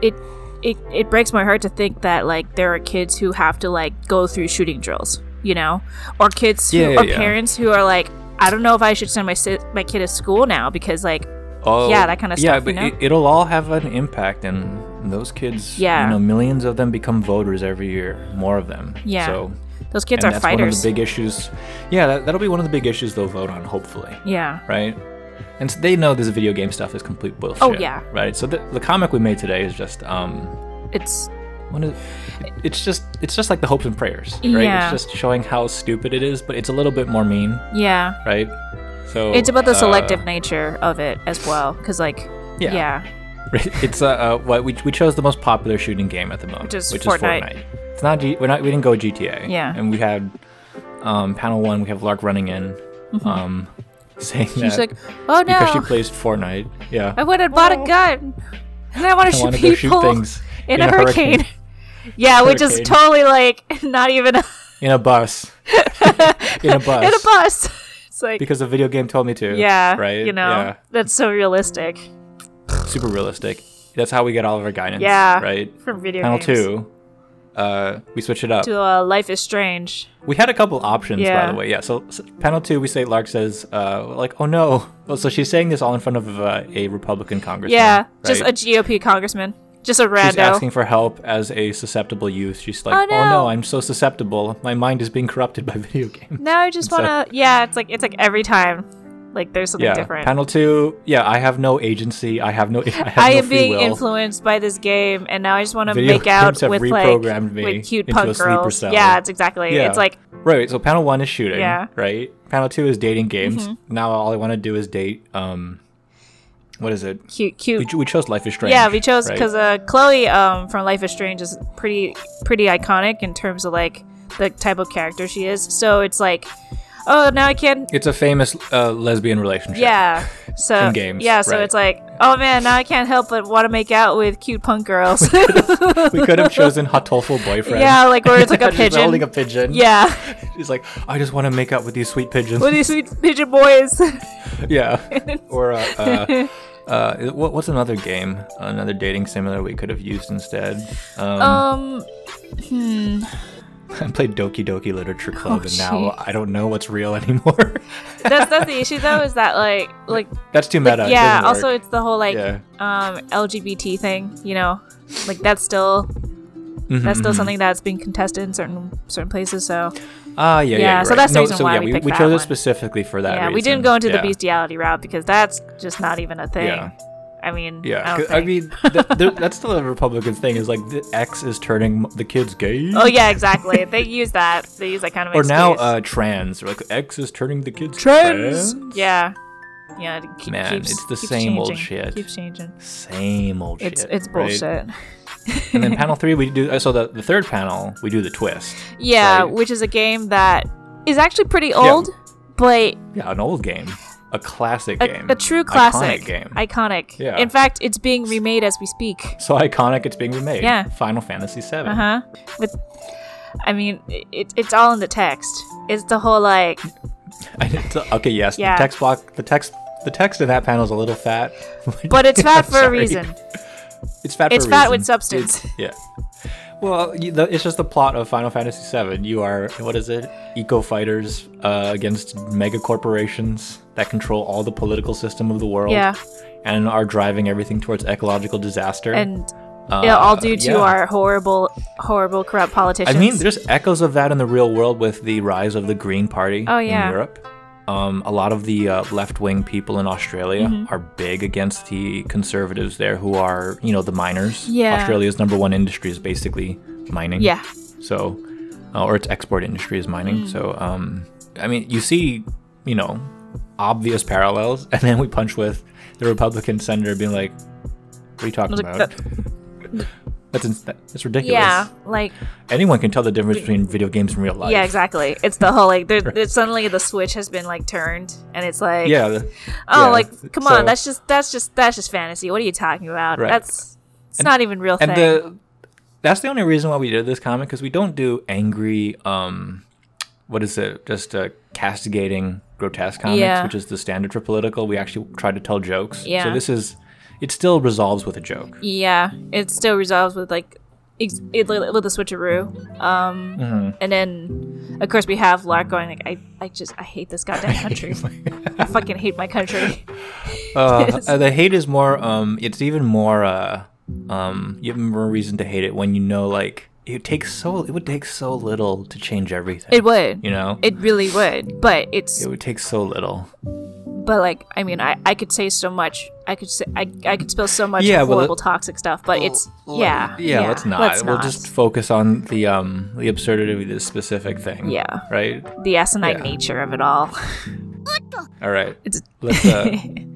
A: it. It, it breaks my heart to think that like there are kids who have to like go through shooting drills, you know, or kids who,
B: Yeah, yeah,
A: or
B: yeah.
A: parents who are like, I don't know if I should send my si- my kid to school now because like
B: oh,
A: yeah, that kinda
B: Yeah,
A: stuff,
B: but
A: you know?
B: it, it'll all have an impact, and those kids,
A: Yeah.
B: you know, millions of them become voters every year, more of them.
A: Yeah.
B: So
A: those kids
B: and
A: are
B: that's one of
A: fighters.
B: the big issues. Yeah, that, that'll be one of the big issues they'll vote on, hopefully.
A: yeah,
B: right? And so they know this video game stuff is complete bullshit.
A: Oh, yeah.
B: Right? So the, the comic we made today is just um
A: it's
B: What is, it's just it's just like the hopes and prayers, right?
A: Yeah.
B: It's just showing how stupid it is, but it's a little bit more mean,
A: Yeah.
B: right? So
A: It's about the selective
B: uh,
A: nature of it as well, because like,
B: Yeah.
A: yeah.
B: It's uh, uh what we, we chose the most popular shooting game at the moment,
A: Which is
B: Fortnite.
A: Fortnite.
B: It's not G- we're not we didn't go GTA.
A: Yeah.
B: And we had um panel one. We have Lark running in, um, saying
A: Mm-hmm. she's
B: that
A: like, oh
B: because she
A: no,
B: plays Fortnite. Yeah.
A: I went and bought a gun, and I want to
B: I
A: shoot
B: want to go shoot
A: people
B: things
A: in, a hurricane. yeah, which is
B: Hurricane.
A: totally like not even a,
B: in a bus. in a bus.
A: in a bus. It's like,
B: Because the video game told me to.
A: yeah,
B: Right.
A: You know,
B: Yeah.
A: that's so realistic
B: Super realistic. That's how we get all of our guidance.
A: Yeah.
B: Right.
A: from video
B: Panel
A: games.
B: two. Uh, we switch it up.
A: To uh, Life is Strange.
B: We had a couple options, by
A: Yeah.
B: the way. Yeah. So, s panel two, we say Lark says, uh, like, "Oh no!" Well, so she's saying this all in front of uh, a Republican congressman.
A: Yeah, just a
B: right?
A: GOP congressman, just a
B: She's
A: rando.
B: asking for help as a susceptible youth. She's like,
A: Oh,
B: "Oh no,
A: no.
B: I'm so susceptible. My mind is being corrupted by video games."
A: no, I just
B: So-
A: want to. Yeah, it's like it's like every time, like there's something
B: yeah.
A: different.
B: Panel two. Yeah, I have no agency. I have no. I, have
A: I
B: no
A: am
B: free
A: being
B: will.
A: influenced by this game, and now I just want to
B: Video
A: make out
B: games have
A: with like
B: reprogrammed me
A: with cute
B: into a
A: punk
B: sleeper
A: girls.
B: cell.
A: Yeah, it's exactly.
B: Yeah.
A: It's like
B: Right. So panel one is shooting.
A: Yeah. Mm-hmm.
B: Right. Panel two is dating games. Now all I want to do is date. Um, what is it?
A: cute,
B: We,
A: cute.
B: ch- we chose Life is Strange.
A: yeah, we chose
B: right?
A: because uh, Chloe um, from Life is Strange is pretty pretty iconic in terms of like the type of character she is. So it's like, oh, now I can.
B: It's a famous uh, lesbian relationship.
A: Yeah. So
B: In games,
A: yeah, so
B: right.
A: it's like, oh man, now I can't help but want to make out with cute punk girls.
B: We could have chosen Hatoful boyfriend.
A: yeah, like where it's like a
B: Just holding
A: pigeon.
B: a pigeon.
A: yeah,
B: She's like, I just want to make out with these sweet pigeons.
A: with these sweet pigeon boys.
B: yeah. or uh, uh, uh, what, what's another game? Another dating similar we could have used instead. Um,
A: um, hmm.
B: I played Doki Doki Literature Club,
A: Oh,
B: and now I don't know what's real anymore.
A: that's that's the issue though, is that like like
B: That's too meta. it
A: yeah
B: doesn't
A: also
B: work.
A: it's the whole like
B: Yeah.
A: um lgbt thing you know like that's still
B: Mm-hmm,
A: that's still something that's being contested in certain certain places so
B: Ah, yeah, yeah.
A: Yeah,
B: you're
A: so
B: right.
A: that's the
B: No,
A: reason
B: so
A: why
B: yeah,
A: we
B: we,
A: picked
B: we
A: that
B: chose it
A: one.
B: specifically for that.
A: yeah we
B: reason.
A: didn't go into
B: Yeah.
A: the bestiality route because that's just not even a thing
B: Yeah.
A: i mean
B: Yeah,
A: I, don't
B: 'cause- I
A: think-
B: mean, th- th- that's still a Republican thing. Is like the X is turning m- the kids gay.
A: oh yeah exactly they use that they use that kind of
B: Or now
A: excuse.
B: uh, trans. Or like X is turning the kids trans.
A: yeah yeah it keep-
B: Man,
A: keeps-
B: it's the
A: keeps
B: same old
A: changing,
B: shit.
A: keeps changing
B: Same old
A: it's
B: shit.
A: it's
B: right?
A: bullshit
B: and then panel three, we do. uh, So the, the third panel, we do the twist.
A: yeah
B: Right.
A: which is a game that is actually pretty old but
B: Yeah, an old game, a classic
A: a,
B: game,
A: a true
B: Iconic
A: classic
B: game.
A: iconic
B: Yeah.
A: in fact it's being remade as we speak
B: so iconic, it's being remade.
A: Yeah.
B: Final Fantasy VII.
A: uh-huh with i mean it, it's all in the text it's the whole like
B: okay, yes.
A: Yeah.
B: The text block, the text, the text in that panel is a little fat.
A: but it's fat for a
B: Sorry.
A: reason
B: It's fat.
A: It's
B: for a
A: fat
B: reason.
A: with substance.
B: It- yeah. Well, you, the, it's just the plot of Final Fantasy VII. You are what is it? Eco fighters uh, against mega corporations that control all the political system of the world.
A: Yeah.
B: And are driving everything towards ecological disaster.
A: and
B: Uh,
A: yeah, all due to
B: yeah.
A: our horrible horrible corrupt
B: I
A: politicians
B: mean, there's echoes of that in the real world with the rise of the Green Party
A: Oh,
B: in
A: yeah.
B: Europe. Um, a lot of the uh, left-wing people in Australia
A: Mm-hmm.
B: are big against the conservatives there, who are, you know, the miners.
A: Yeah.
B: Australia's number one industry is basically mining.
A: yeah Mm.
B: So, uh, or its export industry is mining. So, um, I mean, you see, you know, obvious parallels, and then we punch with the Republican senator being like, "What are you talking
A: Like, uh,
B: about?" That's ins- that's ridiculous
A: yeah like
B: anyone can tell the difference between video games and real life.
A: yeah exactly it's the whole like there, there's suddenly the switch has been like turned and it's like
B: Yeah. the-
A: oh
B: yeah.
A: like come
B: So-
A: on that's just that's just that's just fantasy what are you talking about
B: Right.
A: that's it's not even real
B: and
A: thing
B: the that's the only reason why we did this comic because we don't do angry, um, what is it? Just uh, castigating grotesque comics,
A: Yeah.
B: which is the standard for political. We actually try to tell jokes. So
A: Yeah.
B: this is, it still resolves with a joke.
A: Yeah, it still resolves with like ex- it, li- with the switcheroo. Um,
B: Mm-hmm.
A: and then of course we have Lark going like, I, I just I hate this goddamn country. I fucking hate my country.
B: Uh, uh, the hate is more. Um, it's even more. Uh, um, you have more reason to hate it when you know like it takes so it would take so little to change everything.
A: It would.
B: you know,
A: It really would. But it's
B: it would take so little.
A: but like I mean I, I could say so much. I could say I, I could spill so much
B: Yeah, well,
A: horrible
B: let-
A: toxic stuff, but it's yeah,
B: yeah, Let's not. we'll
A: not.
B: just focus on the um the absurdity of this specific thing.
A: Yeah.
B: Right.
A: the asinine
B: yeah.
A: nature of it all.
B: All right.
A: It's-
B: Let's.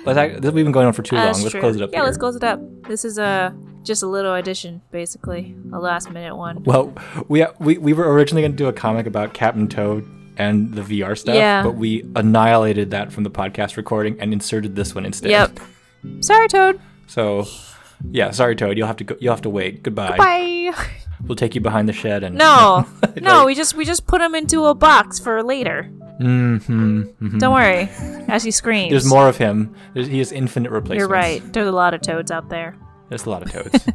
B: Uh, let's act, we've been going on for too
A: Uh,
B: long.
A: that's
B: Let's
A: true.
B: close it up.
A: Yeah,
B: here.
A: let's close it up. This is a just a little addition, basically, a last minute one.
B: Well, we uh, we we were originally going to do a comic about Captain Toad and the VR stuff,
A: Yeah.
B: but we annihilated that from the podcast recording and inserted this one instead.
A: Yep. Sorry, Toad.
B: So, yeah, sorry Toad, you'll have to go, you'll have to wait. Goodbye.
A: Bye.
B: We'll take you behind the shed and
A: No, no.
B: Like-
A: We just we just put him into a box for later.
B: Mhm.
A: Don't worry. As he screams.
B: There's more of him. There's, he has infinite replacements.
A: You're right. There's a lot of toads out there.
B: There's a lot of toads.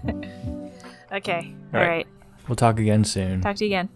A: Okay.
B: All
A: All
B: right.
A: right.
B: we'll talk again soon.
A: Talk to you again.